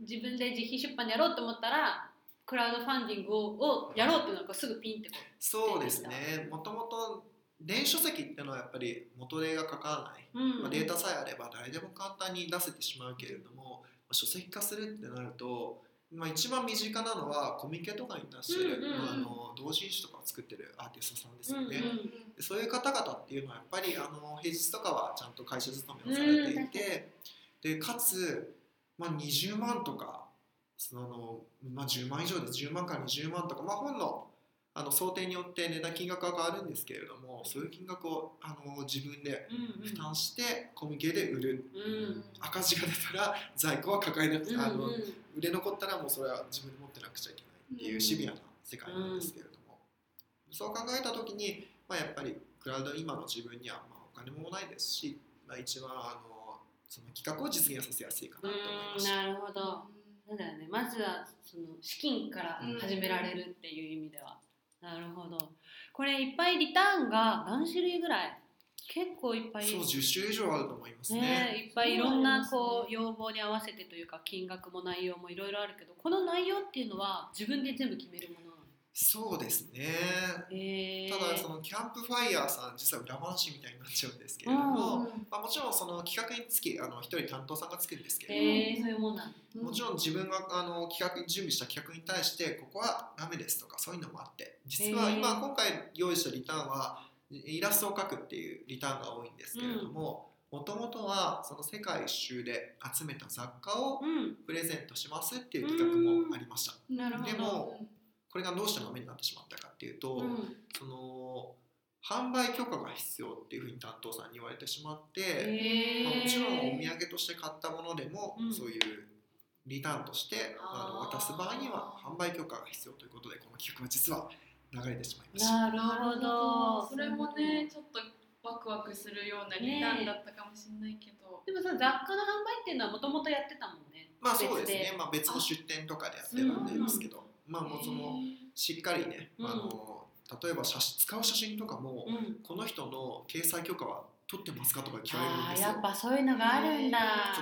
自分で自費出版でやろうと思ったらクラウドファンディングををやろうっていうのがすぐピンってこそうですね。もともと電子書籍ってのはやっぱり元例がかからない。と、うんまあ、データさえあれば誰でも簡単に出せてしまうけれども、まあ書籍化するってなると、まあ、一番身近なのはコミケとかに出してる、うんうんうんまあ、あの同人誌とかを作ってるアーティストさんですよね。うんうんでそういう方々っていうのはやっぱりあの平日とかはちゃんと会社勤めをされていて、でかつ、まあ、20万とかそのあの、まあ、10万以上で10万から20万とか、まあ、本のあの想定によって値段金額が変わるんですけれどもそういう金額をあの自分でうんうん負担してコミケで売る、うん赤字が出たら在庫は抱えなくて、あのうんうん売れ残ったらもうそれは自分で持ってなくちゃいけないっていうシビアな世界なんですけれども、そう考えた時に、まあ、やっぱりクラウド今の自分にはまあお金もないですし、まあ、一番あのその企画を実現させやすいかなと思いまうんした。なるほどそうだよね。まずはその資金から始められるっていう意味では。なるほど。これいっぱいリターンが何種類ぐらい？結構いっぱい。そう10種以上あると思いますねねいっぱいいろんなこそうなんうですね要望に合わせてというか金額も内容もいろいろあるけど、この内容っていうのは自分で全部決めるものなの。そうですねへえただそのキャンプファイヤーさん実は裏話みたいになっちゃうんですけれども、うまあ、もちろんその企画につきあの一人担当さんがつくんですけれども、へえそういうもんなの。もちろん自分があの企画準備した企画に対してここはダメですとかそういうのもあって実はへー今今回用意したリターンはイラストを描くっていうリターンが多いんですけれどももともとはその世界一周で集めた雑貨をうん。プレゼントしますっていう企画もありましたん、なでもこれがどうしてダメになってしまったかっていうと、うん。その販売許可が必要っていうふうに担当さんに言われてしまって、えまあ、もちろんお産土産として買ったものでも、うんそういうリターンとしてあのあー渡す場合には販売許可が必要ということでこの企画は実は流れてしまいましなた。るほどそれもねちょっとワクワクするようなリターンだったかもしれないけど、でもその雑貨の販売っていうのはもともとやってたもんねまあそうです別ねで、まあ、別の出店とかでやってたんですけど、まあもうそのしっかりね、うんあの例えば写真使う写真とかも、うんこの人の掲載許可は取ってますかとか聞かれるんあでーすやよっ。ぱそういうのがあるんだ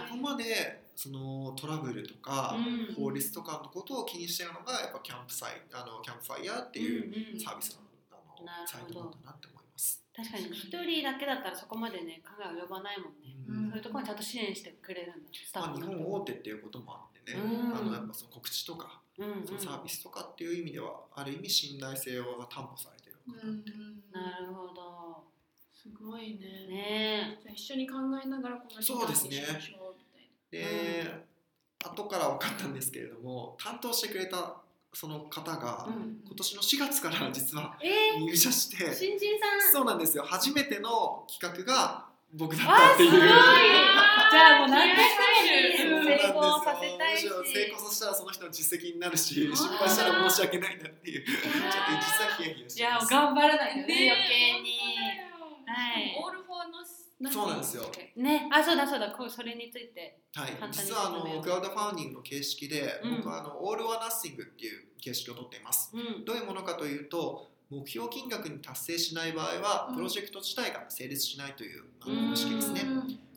そこまでそのトラブルとか、うん法律とかのことを気にしてるのがやっぱキャンプサイあのキャンプファイヤーってういうんうんサービスの,、あのなるほどサイトなんだなって思います。確かに一人だけだったらそこまでね考え及ばないもんね、うんそういうところにちゃんと支援してくれるんだスタッまあ、フ日の本大手っていうこともあってね、うんあのやっぱその告知とかうんうんそのサービスとかっていう意味ではある意味信頼性が担保されてるのかなってなるほどすごいねねじゃあ一緒に考えながらこのリターンにしましょうみたいで、後から分かったんですけれども担当してくれたその方が、え、うな、ん、今年の4月から実はえ入社して、ー、新人さんそうなんですよ初めての企画が僕だっわたあっていう。すごいじゃあもう何回そうもなん成ですよ功させたいしむろ成功させたらその人の実績になるしあー失敗したら申し訳ないなっていうちょっとー実はヒヤヒヤしいてまやす頑張らないとねね余計にはいしかもオールフォーのそうなんですよねあそうだそうだこうそれについてはい簡単、に実はあ説明のをクラウドファウンディングの形式で、うん僕はあのオール・オア・ナッシングっていう形式をとっていますうんどういうものかというと目標金額に達成しない場合はうんプロジェクト自体が成立しないというあうんの方式ですね。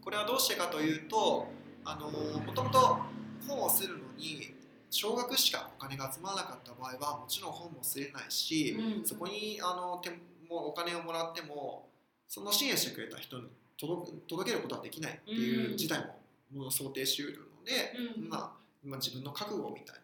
これはどうしてかというとあのもともと本をするのに少額しかお金が集まらなかった場合はもちろん本もすれないし、うんそこにあのてもお金をもらってもその支援してくれた人に届く届けることはできないっていうんう事態ももう想定しうるので、うんまあ、今自分の覚悟みたい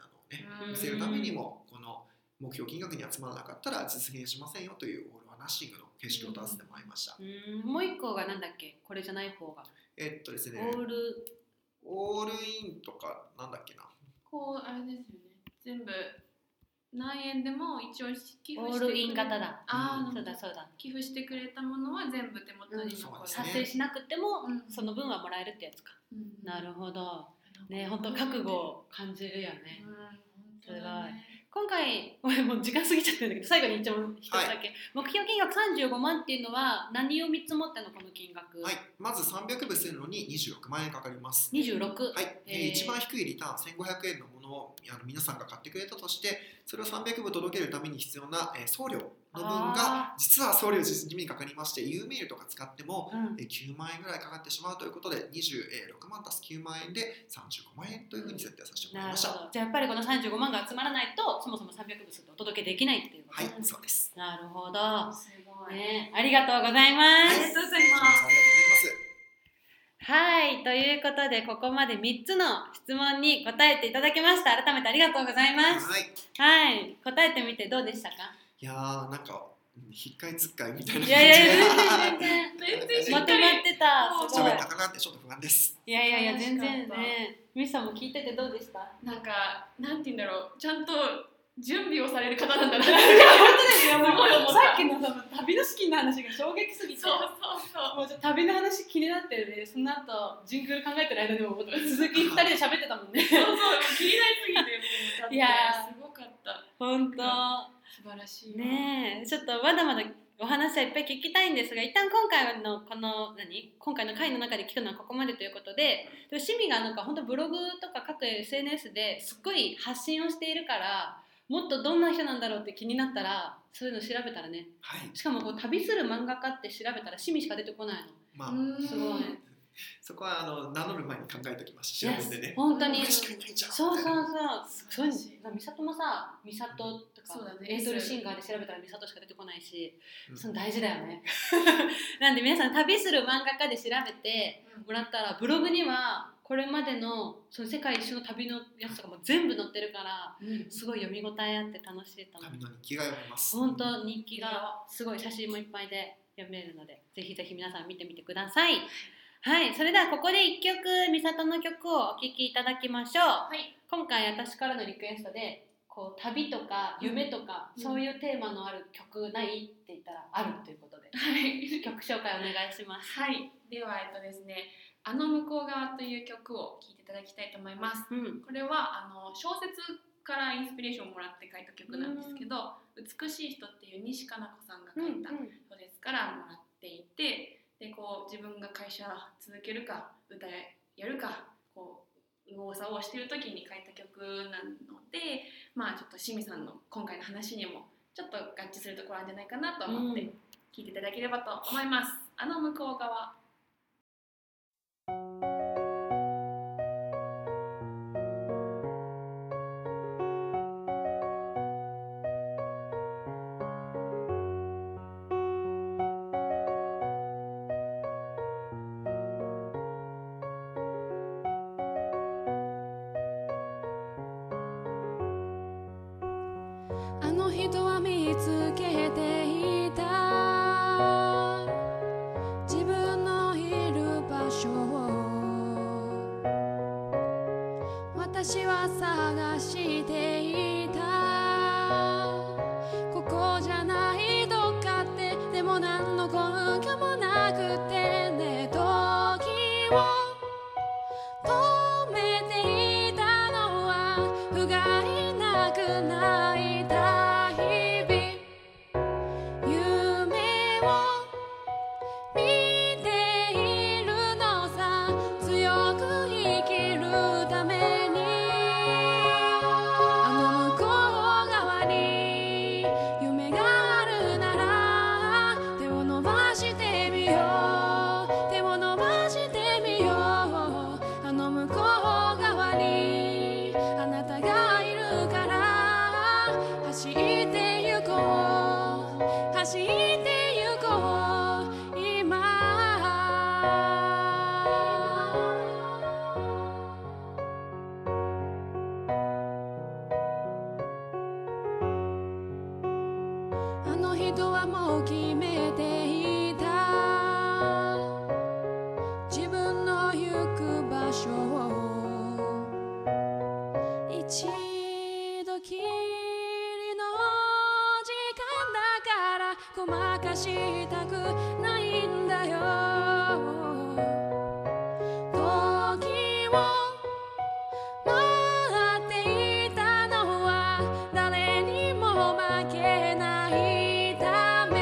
なのをね、うん見せるためにもこの目標金額に集まらなかったら実現しませんよというオール・ア・ナッシングの形式を出してまいりました、うんもう一個がなんだっけこれじゃない方が、えっとですねオールオールインとかなんだっけなこうあれですよね全部何円でも一応寄付してオールイン型だああそうだそうだ寄付してくれたものは全部手元に残る、そう達です成ねしなくても、うんその分はもらえるってやつか、うんなるほどね本当覚悟を感じるよね、うん本当だね今回 ごめんもう時間過ぎちゃってるんだけど最後に一応一つだけ、目標金額35万っていうのは何を見積もってのこの金額、はい、まず300部するのに26万円かかります。 26、はい、 へーで一番低いリターン1500円のものをあの皆さんが買ってくれたとしてそれを300部届けるために必要な、えー送料の分あが実は送料地味にかかりまして U メールとか使っても、うんえー9万円ぐらいかかってしまうということで26万足す9万円で35万円というふうに設定させてもらいなるほました。どじゃあやっぱりこの35万が集まらないとそもそも300部数でお届けできないっていうこと、はい、そうです。なるほど、すごい、ね、ありがとうございます、ありがとうございますありがとうございます。はい、ということでここまで3つの質問に答えていただきました。改めてありがとうございます。はい、はい、答えてみてどうでしたか？いやーなんかうんひっかいつっかいみたいな感いじやいや全で然全全然。然しっまかとりまってた。すごい 喋っ。たかなってちょっと不安です。いやいやいや楽しか全った然ね。ミスさんも聞いててどうでした？なんかなんて言うんだろうちゃんと準備をされる方なん だなすごい思ったのその旅の資金の話が衝撃すぎそうそうそうもうちょっと旅の話気になってね、その後ジングル考えてる間にも続き二人で喋ってたもんね。そうそう気になりすぎてもうだっていやすごかった本当。素晴らしいわねえちょっとまだまだお話はいっぱい聞きたいんですが一旦今回のこの何今回の回の中で聞くのはここまでということででも趣味がなんか本当ブログとか各 SNS ですっごい発信をしているからもっとどんな人なんだろうって気になったらそういうの調べたらねはい、しかもこう旅する漫画家って調べたら趣味しか出てこないのまあ、うんすごいそこはあの名乗る前に考えておきました。調べてね。本当にこれしそかういないじゃん。そうみたいな。そうそういうの美里もさ美里とそうかだねエイトルシンガーで調べたら美里しか出てこないしうんその大事だよね。 なんで皆さん旅する漫画家で調べてもらったらブログにはこれまでのその世界一周の旅のやつとかも全部載ってるからうんすごい読み応えあって楽しいと思う旅。の日記が読めます。本は当人気がすごい写真もいっぱいで読めるのでぜひぜひ皆さん見てみてください。はい、それではここで一曲美里の曲をお聴きいただきましょう。はい今回私からのリクエストでこう旅とかうん夢とか、うんそういうテーマのある曲ないって言ったらあるということで、はい曲紹介お願いします。はい、では、えっとですね、あの向こう側という曲を聴いていただきたいと思います。うん、これはあの小説からインスピレーションをもらって書いた曲なんですけど、美しい人っていう西加奈子さんが書いた小説からもらっていて、でこう自分が会社続けるか歌やるかこう右往左往してる時に書いた曲なので、まあちょっと清水さんの今回の話にもちょっと合致するところあるんじゃないかなと思ってうん聴いていただければと思います。あの向こう側。あの人は見つけていた自分のいる場所を私は探していたここじゃないとかってでも何の根拠もなくてね時を止めていたのは不甲斐なく泣いた日々夢を見ているのさ強く生きるためにあの向こう側に夢があるなら手を伸ばしてみよう手を伸ばしてみようあの向こう側にあなたがいるから走ってゆこう走ってゆこう今あの人はもう決めていた自分の行く場所を一度きりの時間だからごまかしたくないんだよ時を待っていたのは誰にも負けないため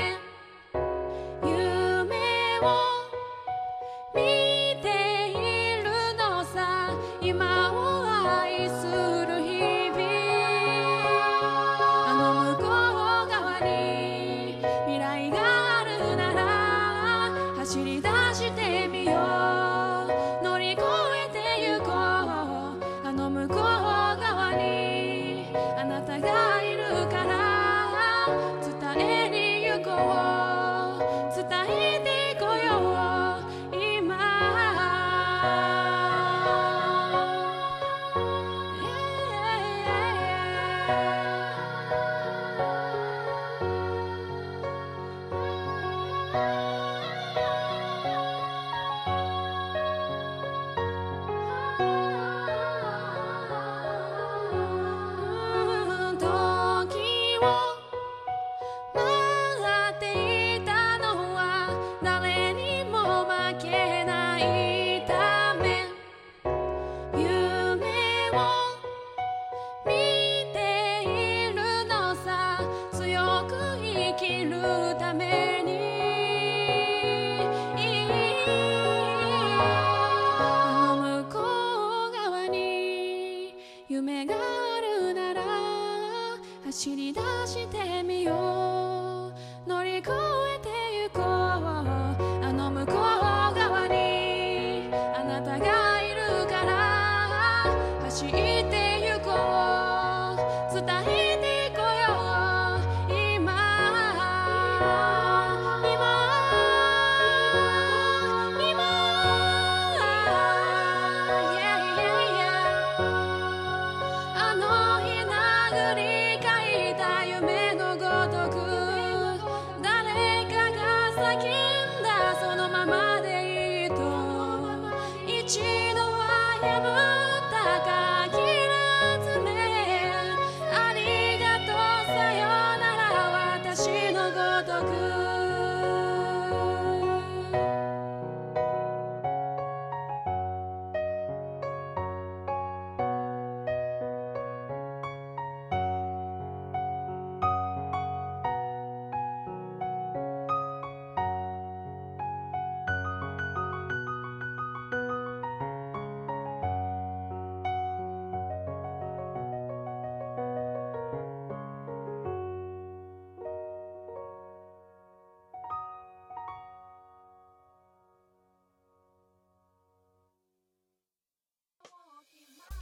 夢を見ているのさ今を愛する日々あの向こう側に未来があるなら走り出してみよう乗り越えてゆこうあの向こう側にあなたがいるから伝えに行こう伝えていこうよ今時を待っていたのは誰にも負けないため夢を見ているのさ強く生きるためにあの向こう側に夢があるなら走り出してみよう乗り越えてゆこうあの向こう側にあなたがいるから走ってゆこう伝えていこうよ今今今 Yeah, yeah, yeah あの日殴り書いた夢のごとく誰かが叫んだそのままでいいと一度は破ったかきらずめあり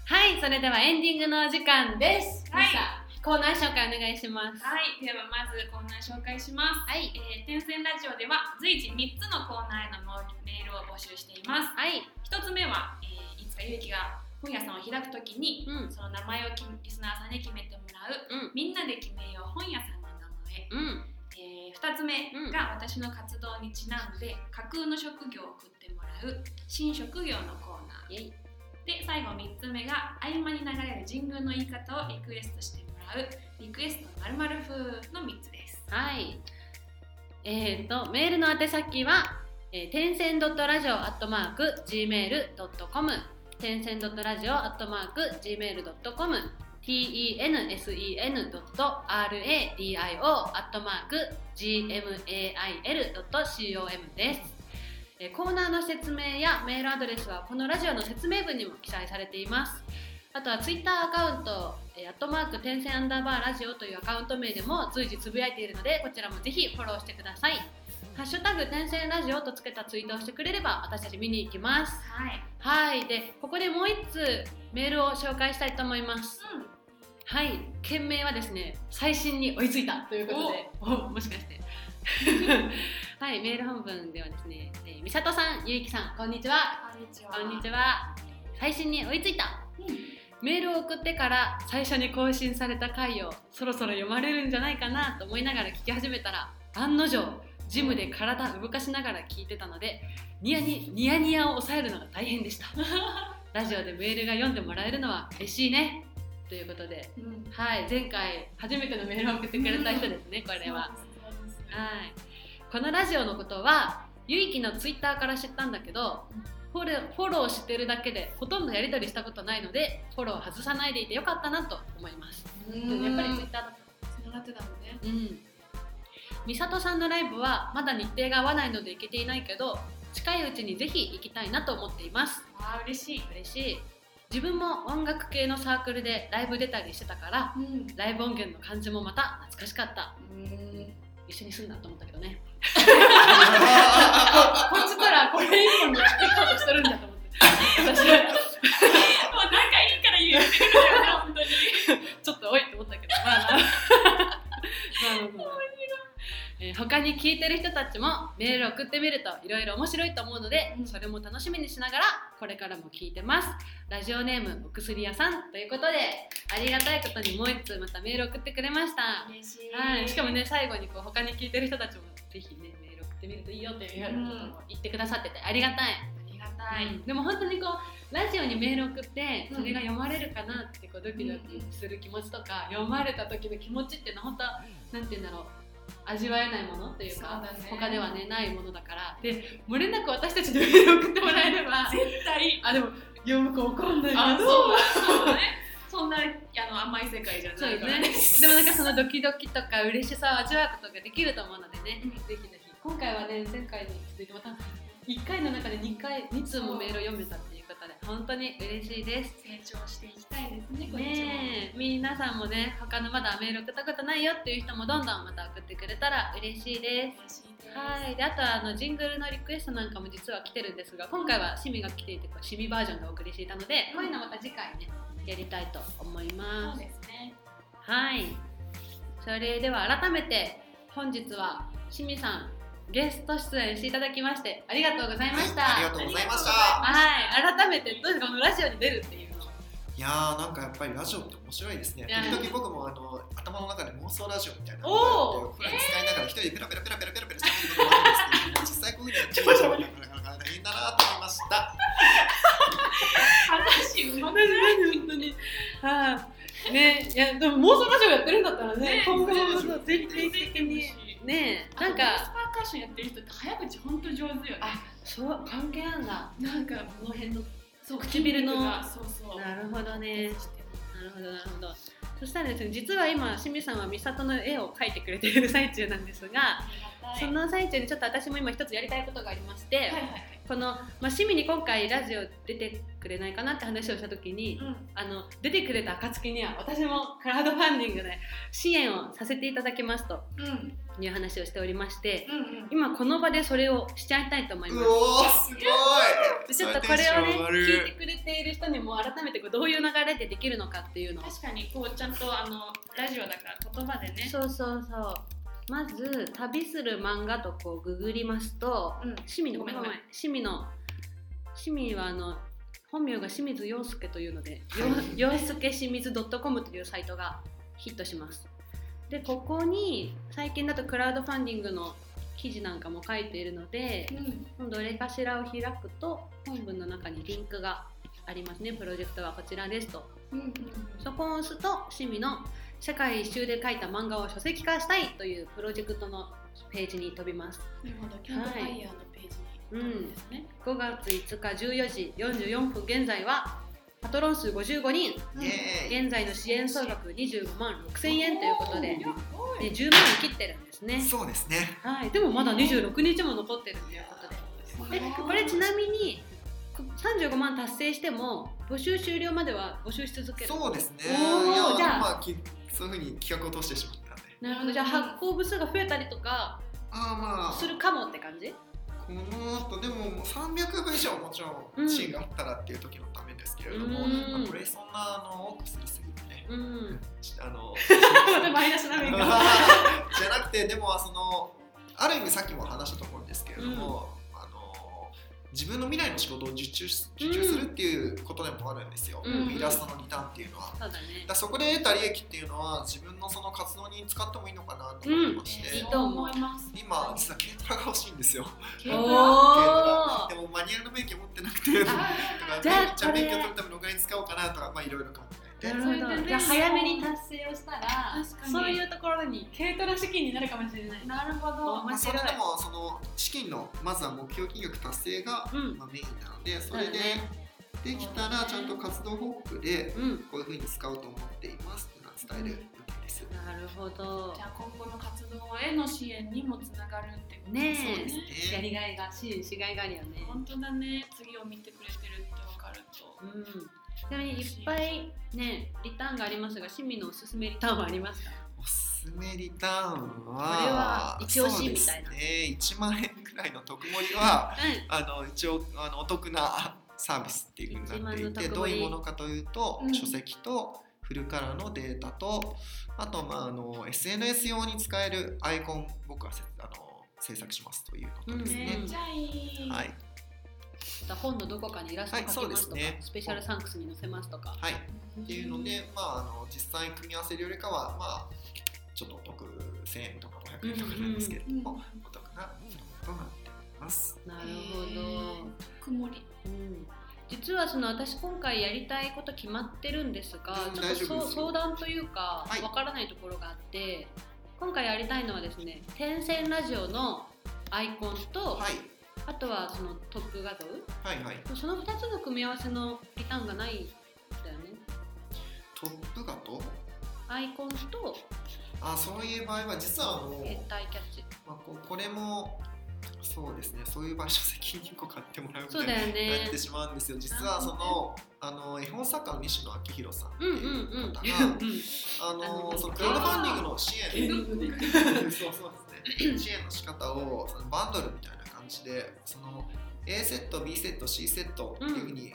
はい、それではエンディングのお時間です。はいミサコーナー紹介お願いします。はい、ではまずコーナー紹介します。はい、えー、天線ラジオでは随時3つのコーナーへのメールを募集しています。はい、 1つ目は、えーいつかゆうきが本屋さんを開くときに、うんその名前をきリスナーさんに決めてもらう、うんみんなで決めよう本屋さんの名前、うん、え2つ目が私の活動にちなんで架空の職業を送ってもらう新職業のコーナーイエでイ最後3つ目が合間に流れる神宮の言い方をリクエストしてもらうリクエストまるまる風の3つです。はい。えっ、と、メールの宛先は、えー、点線ドットラジオアットマーク gmail ドットコム、点線ドットラジオアットマーク gmail ドットコム、t e n s e n ドット r a d i o アットマーク g m a i l ドット c o m です。えーコーナーの説明やメールアドレスはこのラジオの説明文にも記載されています。あとはツイッターアカウント、えー、アットマーク点線アンダーバーラジオというアカウント名でも随時つぶやいているので、こちらもぜひフォローしてください。ハッシュタグ点線ラジオとつけたツイートをしてくれれば私たち見に行きます。はい、はい。で、ここでもう一通メールを紹介したいと思います。うんはい。件名はですね、最新に追いついたということで、おもしか して。はい。メール本文ではですね、えー、美里さん、ゆいきさん、こんにちは。こんにちは。こんにちは。最新に追いついた。うんメールを送ってから最初に更新された回をそろそろ読まれるんじゃないかなと思いながら聞き始めたら案の定ジムで体動かしながら聞いてたのでニヤニニヤニヤを抑えるのが大変でした ラジオでメールが読んでもらえるのは嬉しいねということで、うんはい、前回初めてのメールを送ってくれた人ですねこれは。そうですねはい、このラジオのことはゆいきのツイッターから知ったんだけどフォローフォローしてるだけでほとんどやり取りしたことないのでフォロー外さないでいてよかったなと思いますうんやっぱりツイッターだと繋がってたもんね。うん美里さんのライブはまだ日程が合わないので行けていないけど近いうちにぜひ行きたいなと思っていますああ嬉しい。嬉しい自分も音楽系のサークルでライブ出たりしてたからうん。ライブ音源の感じもまた懐かしかったうん。一緒に住んだと思ったけどねあこっちからこれ一本で切っていこうとしてるんだと思って私もう仲いいから言えてるよね、本当に。ちょっと多いって思ったけどまあまあまあまあまあえー他に聞いてる人たちもメール送ってみるといろいろ面白いと思うので、うんそれも楽しみにしながらこれからも聞いてますラジオネームお薬屋さんということでありがたいことにもう一通またメール送ってくれました、嬉しい。はい、しかもね最後にこう他に聞いてる人たちもぜひねメール送ってみるといいよっていうようなことも言ってくださっててありがたいありがたい。でも本当にこうラジオにメール送ってうんそれが読まれるかなってこうドキドキする気持ちとか、読まれた時の気持ちっていうのは本当なんて言うんだろう味わえないものというかそうだね他ではねないものだからで漏れなく私たちにメール送ってもらえ れば絶対。あでも読むかわかんないあ、けそうどそうだね。そんな、あの、甘い世界じゃそうないですからねね。でもなんかそのドキドキとか嬉しさを味わうことができると思うのでね、うんぜひぜひ今回はね前回に続いてまた1回の中で2回2通もメールを読めたっていうことで本当に嬉しいです成長していきたいですね、こっちも。ねえ皆さんもね他のまだメール送ったことないよっていう人もどんどんまた送ってくれたら嬉しいです嬉しいです。はいであとはあのジングルのリクエストなんかも実は来てるんですが今回はシミが来ていてこうシミバージョンでお送りしていたのでこういうのまた次回ねやりたいと思いそまうすですね。はいそれでは改めて本日はシミさんゲスト出演していただきましてありがとうございましたりがとうございました。はい改めてどうですかこのラジオに出るっていうのいやーなんかやっぱりラジオって面白いですねいや。時々僕もあの頭の中で妄想ラジオみたいなのおーを使いながら一人でペラペラペラペラペラペラしてることもあるんですけど、実際こういうのやってみましょう。なかなか大変だなと思いました。話うまくない。本当に。はい。ね、いや、でも妄想ラジオやってるんだったらねね、今後もねそう定期的に。ね、なあんとか、スパーカッションやってる人って早口本当上手よね。あそう、関係あんだ。なんか、この辺の。そう、唇の筋肉がそうそう。なるほどね。してるなるほど、なるほど。そしたらですね、実は今、清水さんは美里の絵を描いてくれている最中なんですあが、りがたいその最中にちょっと私も今一つやりたいことがありまして、はいはいはい。この、まあ、シミに今回ラジオ出てくれないかなって話をした時に、うんあの出てくれた暁には私もクラウドファンディングで支援をさせていただきますとうんうんいう話をしておりましてうん今この場でそれをしちゃいたいと思いまうおーすごいすちょっとこれをねテンション上がる聞いてくれている人にも改めてこうどういう流れでできるのかっていうのを確かにこうちゃんとあのラジオだから言葉でねそうそうそうまず「旅する漫画」とこうググりますとうん趣味のごごめめんんごごめんめん趣味の趣味はあの本名が清水陽介というのではいよ陽介清水 .com というサイトがヒットしますでここに最近だとクラウドファンディングの記事なんかも書いているのでうんどれかしらを開くと本文の中にリンクがありますねプロジェクトはこちらですとうんうんそこを押すと趣味の世界一周で書いた漫画を書籍化したいというプロジェクトのページに飛びますなるほどキャンプファイヤーのページにうんですね5月5日14時44分現在はパトロン数55人イエーイ現在の支援総額25万6000円ということで、ね、おー10万を切ってるんですね、そうですねはい、でもまだ26日も残ってるということででこれちなみにこ35万達成しても募集終了までは募集し続けるそうですねおーいやじゃあまあきそういうふうに企画を通してしまったんでなるほどじゃあ発行部数が増えたりとかああまあするかもって感じこの後でももう300部以上もちろうんんシーンがあったらっていう時のためですけれども、うんまあこれそんなあの多くすりすぎてねうんちあ のまたマイナスな 面じがゃなくてでもそのある意味さっきも話したと思うんですけれども、あの自分の未来の仕事を受注し受注するっていうことでもあるんですよ、うんイラストのリターンっていうのは。そうだだねからそこで得た利益っていうのは自分のその活動に使ってもいいのかなと思ってまして、うんいいそう思います今実は軽トラが欲しいんですよケーブルをおでもマニュアルの免許持ってなくてとかじゃあじゃあこれ免許取るためのお金使おうかなとかまあいろいろ考えてなるそういうほ点どでじゃあ早めに達成をしたら確かにそういうところに軽トラ資金になるかもしれないなるほどまあ、それでもその資金のまずは目標金額達成が、うんまあ、メインなのでそれそうでだねできたらちゃんと活動報告でうんこういうふうに使おうと思っていますっていうのは伝える予定です。なるほどじゃあ今後の活動への支援にもつながるってことねですそうですねやねりがいが支援しがいがあるよね本当だね次を見てくれてるってわかるとうんちなみにいっぱいねリターンがありますが趣味のおすすめリターンはありますかおすすめリターンこはれは一押しみたいなそうですね1万円くらいの特盛りはうあの一応あのお得なサービスっていうふうになってい一番の特て盛りどういうものかというと、うん書籍と古からのデータとあと、まあ、あの SNS 用に使えるアイコン僕はせあの制作しますということですね。めっちゃいい、はい、ん本のどこかにイラストはいそ描うきでますすとか、ねスペシャルサンクスに載せますとかはい、っていうので、まあ、あの実際組み合わせるよりかは、まあ、ちょっとお得1000円とか500円とかなんですけれども、うんうんお得なとなっています。なるほへーど曇りうん実はその私今回やりたいこと決まってるんですが、ちうんょっと大丈夫そうです相よ談というかはいわからないところがあって、今回やりたいのはですね天線ラジオのアイコンと、はい、あとはそのトップ画はい、はい。像その2つの組み合わせのリターンがないんだよねトップ画とアイコンとあそういう場合は実はも変う態キャッチまあ、ここれもそうですねそういう場合書籍に個買ってもらうみたそういにだよなねってしまうんですよ実はそのあの絵本作家の西野明宏さんってうんいうんううん方が、あ あののそのクラウドファンディングの支援そうそうですね支援の仕方をそのバンドルみたいな感じでその A セット B セット C セットっていうふうに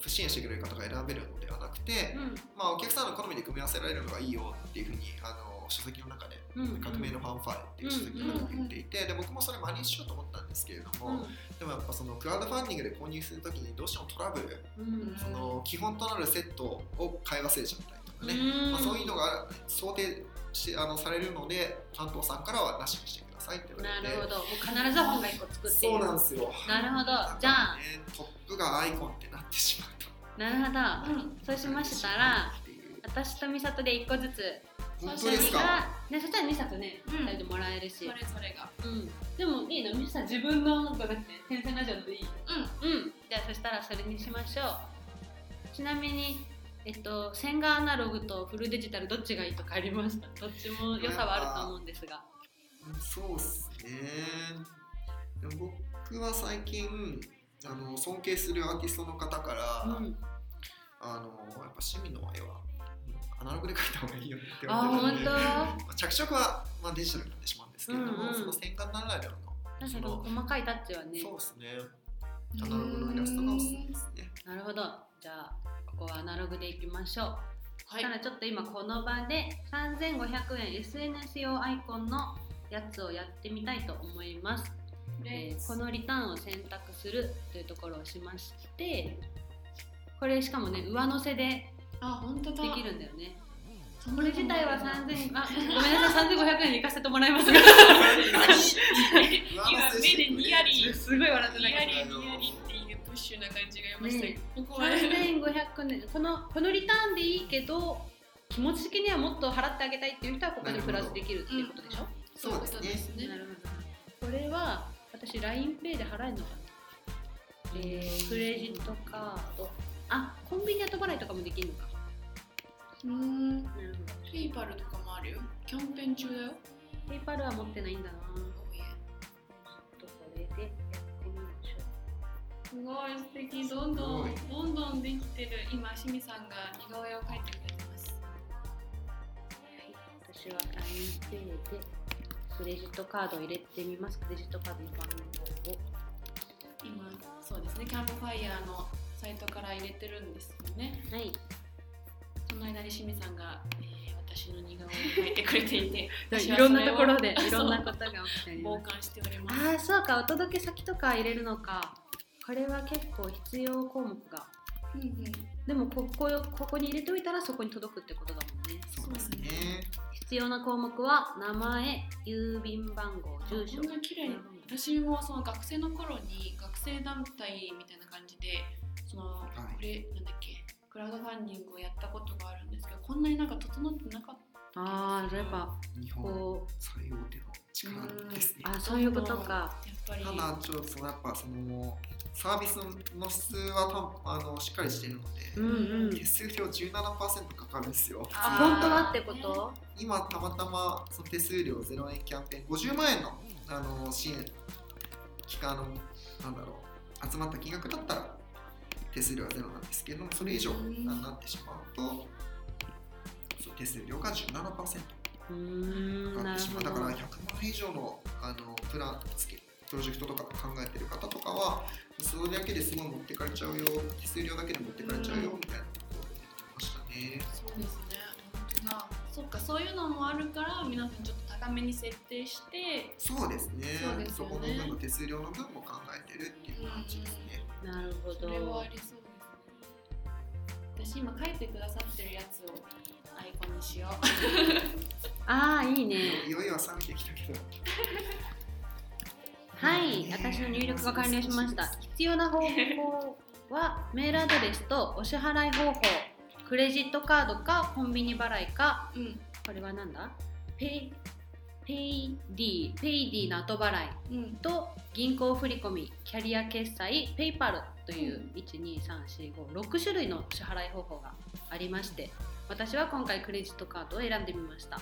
不支援してくれる方が選べるのではなくて、まあ、お客さんの好みで組み合わせられるのがいいよっていうふうにあの書籍の中でうんうんうん革命のファンファーレっていう書籍の中で言っていて、で僕もそれ真似しようと思ったんですけれどうんも、でもやっぱそのクラウドファンディングで購入するときにどうしてもトラブル、うんその基本となるセットを買い忘れちゃったりとかうね、んまあ、そういうのが想定しあのされるので担当さんからはなしにしてくださいって言わなれるほて。どもう必ず本が1個作っていそうるなんですよ。なるほどだからねじゃあトップがアイコンってなってしまうと。なるほど、うんそうしましたらっていう私と美里で一個ずつ本当ですか。がねそしたら2冊ね、うん二人でもらえるそしれ、ぞれがうん、でもいいな美里さん自分のなんかなくて天才ラジオのでいいうんじゃあそしたらそれにしましょうちなみにえっと線画アナログとフルデジタルどっちがいいとかありましたどっちも良さはあると思うんですがそうっすね。でも僕は最近あの尊敬するアーティストの方から、うん、あのやっぱ趣味の絵はアナログで描いた方がいいよねって言あわれ本て当たので、まあ着色は、まあ、デジタルになってしまうんですけれども、うんうんその洗顔ならではの確かに細かいタッチはねそうですねアナログのイラストがおすすめですねなるほどじゃあここはアナログでいきましょうはいただちょっと今この場で3500円 SNS 用アイコンのやつをやってみたいと思います、えーこのリターンを選択するというところをしましてこれしかもね上乗せであ本当でだきるんだよねそんこなれの自体は3000あ ごめんなさい3500円で行かせてもらいます が今目でニヤリすごい笑ニヤリニヤリっていうプッシュな感じがいましたけど、ここは3500円このこのリターンでいいけど気持ち的にはもっと払ってあげたいっていう人はここにプラスできるっていうことでしょ、そうですねなるほどこれは私 LINEPay で払えるのかな、えークレジットカードあコンビニ後払いとかもできるのかうんなるほどペイパルとかもあるよキャンペーン中だよ PayPal は持ってないんだなちょっとこれでやってみましょうすごい素敵どんどんすどんどんできてる今清水さんが似顔絵を描いてくれてます私は LINEPay でクレジットカードを入れてみますクレジットカードの番号を今そうですねキャンプファイヤーのサイトから入れてるんですよねはいその間に清水さんが、えー私の似顔絵を描いてくれてい て私いはろそんれなをところ でそういろんなことが起きております傍観しております ああそうかお届け先とか入れるのかこれは結構必要項目がうんうんでもここここに入れておいたらそこに届くってことだもんねそうですね必要な項目は名前郵便番号住所こんな綺麗に私もその学生の頃に学生団体みたいな感じでその、いこれなんだっけクラウドファンディングをやったことがあるんですけどこんなになんか整ってなかっああそういえば日本こう最大手の力ですねあそういうことかたやっぱりただちょっとそのやっぱそのサービスの質はたあのしっかりしているので、うんうん手数料17%かかるんですよあー本当はってこと今たまたまその手数料0円キャンペーン50万円のあの支援期間のなんだろう集まった金額だったら手数料はゼロなんですけどもそれ以上うんなってしまうとそう手数料が17%かかうーんっなてるしまほうどだから100万円以上のあのプラン付けプロジェクトとか考えてる方とかはそれだけですごい持ってかれちゃうよ手数料だけで持ってかれちゃうよみたいなことを言ってましたね。そうですね本当だそっかそういうのもあるから皆さんちょっと高めに設定してそうですね。そうそですよねこの分の手数料の分も考えてるっていう感じですね。なるほそれはあどりそうですね私今書いてくださってるやつをアイコンにしようああいいねいよいよ冷めてきたけど。 はい、私の入力が完了しました。必要な方法はメールアドレスとお支払い方法、クレジットカードかコンビニ払いか、うんこれはなんだ？ペイペイディペイディの後払いうんと銀行振込、キャリア決済、ペイパルというう12345種類の支払い方法がありまして、私は今回クレジットカードを選んでみました。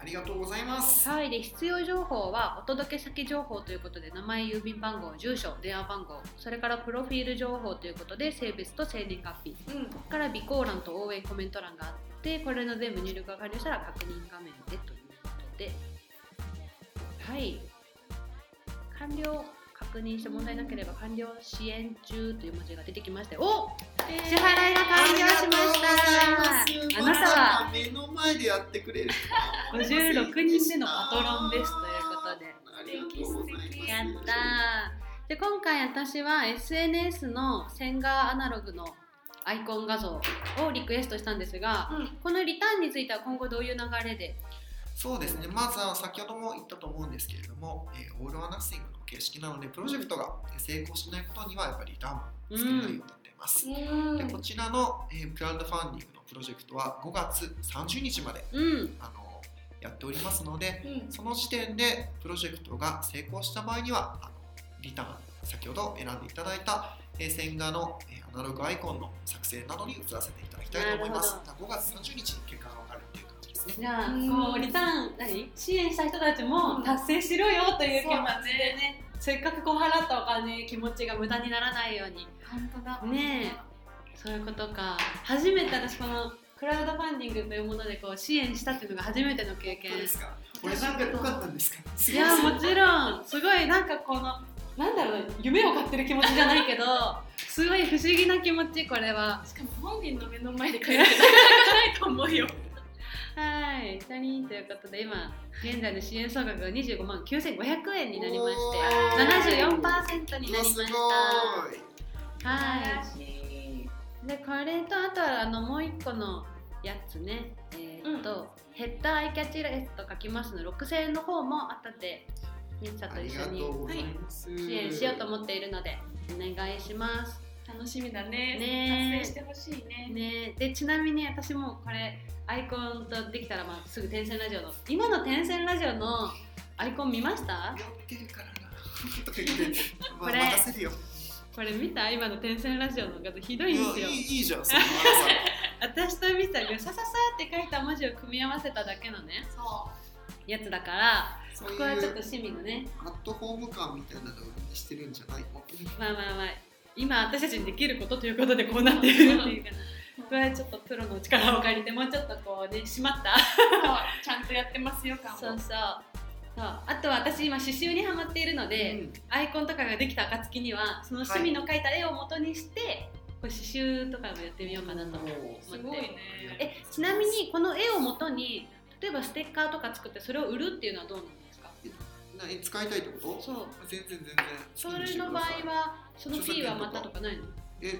ありがとうございます。はい、で必要情報はお届け先情報ということで名前、郵便番号、住所、電話番号それからプロフィール情報ということで性別と生年月日うんから備考欄と応援コメント欄があってこれの全部入力が完了したら確認画面でということではい完了確認して問題なければ完了支援中という文字が出てきましてお支払いが完了しましたあなたはは目の前でやってくれる。 56人目のパトロンですということでありがとうございます。やったーで今回私は SNS の線画アナログのアイコン画像をリクエストしたんですが、うんこのリターンについては今後どういう流れでそうですね。まずは先ほども言ったと思うんですけれども、えー、オールアナッシングの形式なのでプロジェクトが成功しないことにはやっぱりリターンもつけないようになっています。うんでこちらの、えークラウドファンディングのプロジェクトは5月30日までうんあのやっておりますので、うんその時点でプロジェクトが成功した場合にはあのリターン先ほど選んでいただいたえー線画のえーアナログアイコンの作成などに移らせていただきたいと思いますなる。 5月30日に結果が分かるっていう感じですね。じゃあうんこうリターン何支援した人たちも達成しろよという気持ちでねせっかくこう払ったお金気持ちが無駄にならないように本当だねそういうことか初めて私このクラウドファンディングというものでこう支援したっていうのが初めての経験どうですか俺なんか良かったんですかすいごいやもちろんすごいなんかこのなんだろうな夢を買ってる気持ちじゃない けどすごい不思議な気持ちこれはしかも本人の目の前で書いてなかなかないと思うよはいチャリンということで今現在の支援総額が25万9500円になりまして74%になりましすたごいは素い晴らしいでこれとあとはあのもう一個のやつねえーっと、ヘッダーアイキャッチレスト書きますの6000円の方もあったでミッサあと一緒りがとうにございます支援しようと思っているのでお願いします楽しみだねね達成してほしいねねでちなみに私もこれアイコンとできたらまあすぐ天線ラジオの今の天線ラジオのアイコン見ましたやってるからなとか言ってまこあれ任せるよこれ見た今の天線ラジオの画像ひどいんいでやいすよいいいじゃ んその任さ私とミスターがさささって書いた文字を組み合わせただけのねそやつだからそこうこはちょっいとう市民のねアットホーム感みたいなのを売りにしてるんじゃないのまあまあまあ今私たちにできることということでこうなっているっていうかここはちょっとプロの力を借りてもうちょっとこうね締まったうちゃんとやってますよ感そうそうもそうあとは私今刺繍にはまっているので、うんアイコンとかができた暁にはその趣味の描いた絵を元にして、こう刺繍とかもやってみようかなと思ってもうすごいねえちなみにこの絵を元に例えばステッカーとか作ってそれを売るっていうのはどうなんですかなえ使いたいってことそう全然全然それの場合はそのフィーはまたとかないのえ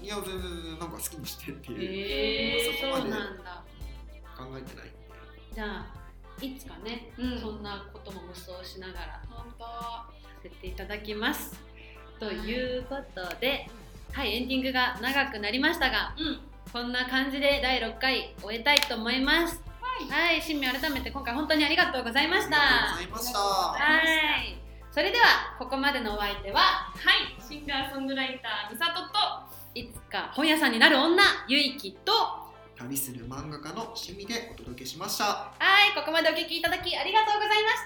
いや全然全然なんか好きにしてっていうえー、そこまそうでなんだ考えてないじゃあいつかね、うんそんなことも無双しながら本当させていただきます。ということで、はい、エンディングが長くなりましたが、うんこんな感じで第6回終えたいと思います。はい、はい、新名改めて今回本当にありがとうございました。ありがとうございましたはい、それではここまでのお相手は、はいシンガーソングライターみさとといつか本屋さんになる女ゆいきと、は旅する漫画家の趣味でお届けしましたい、ここまでお聞きいただきありがとうございました。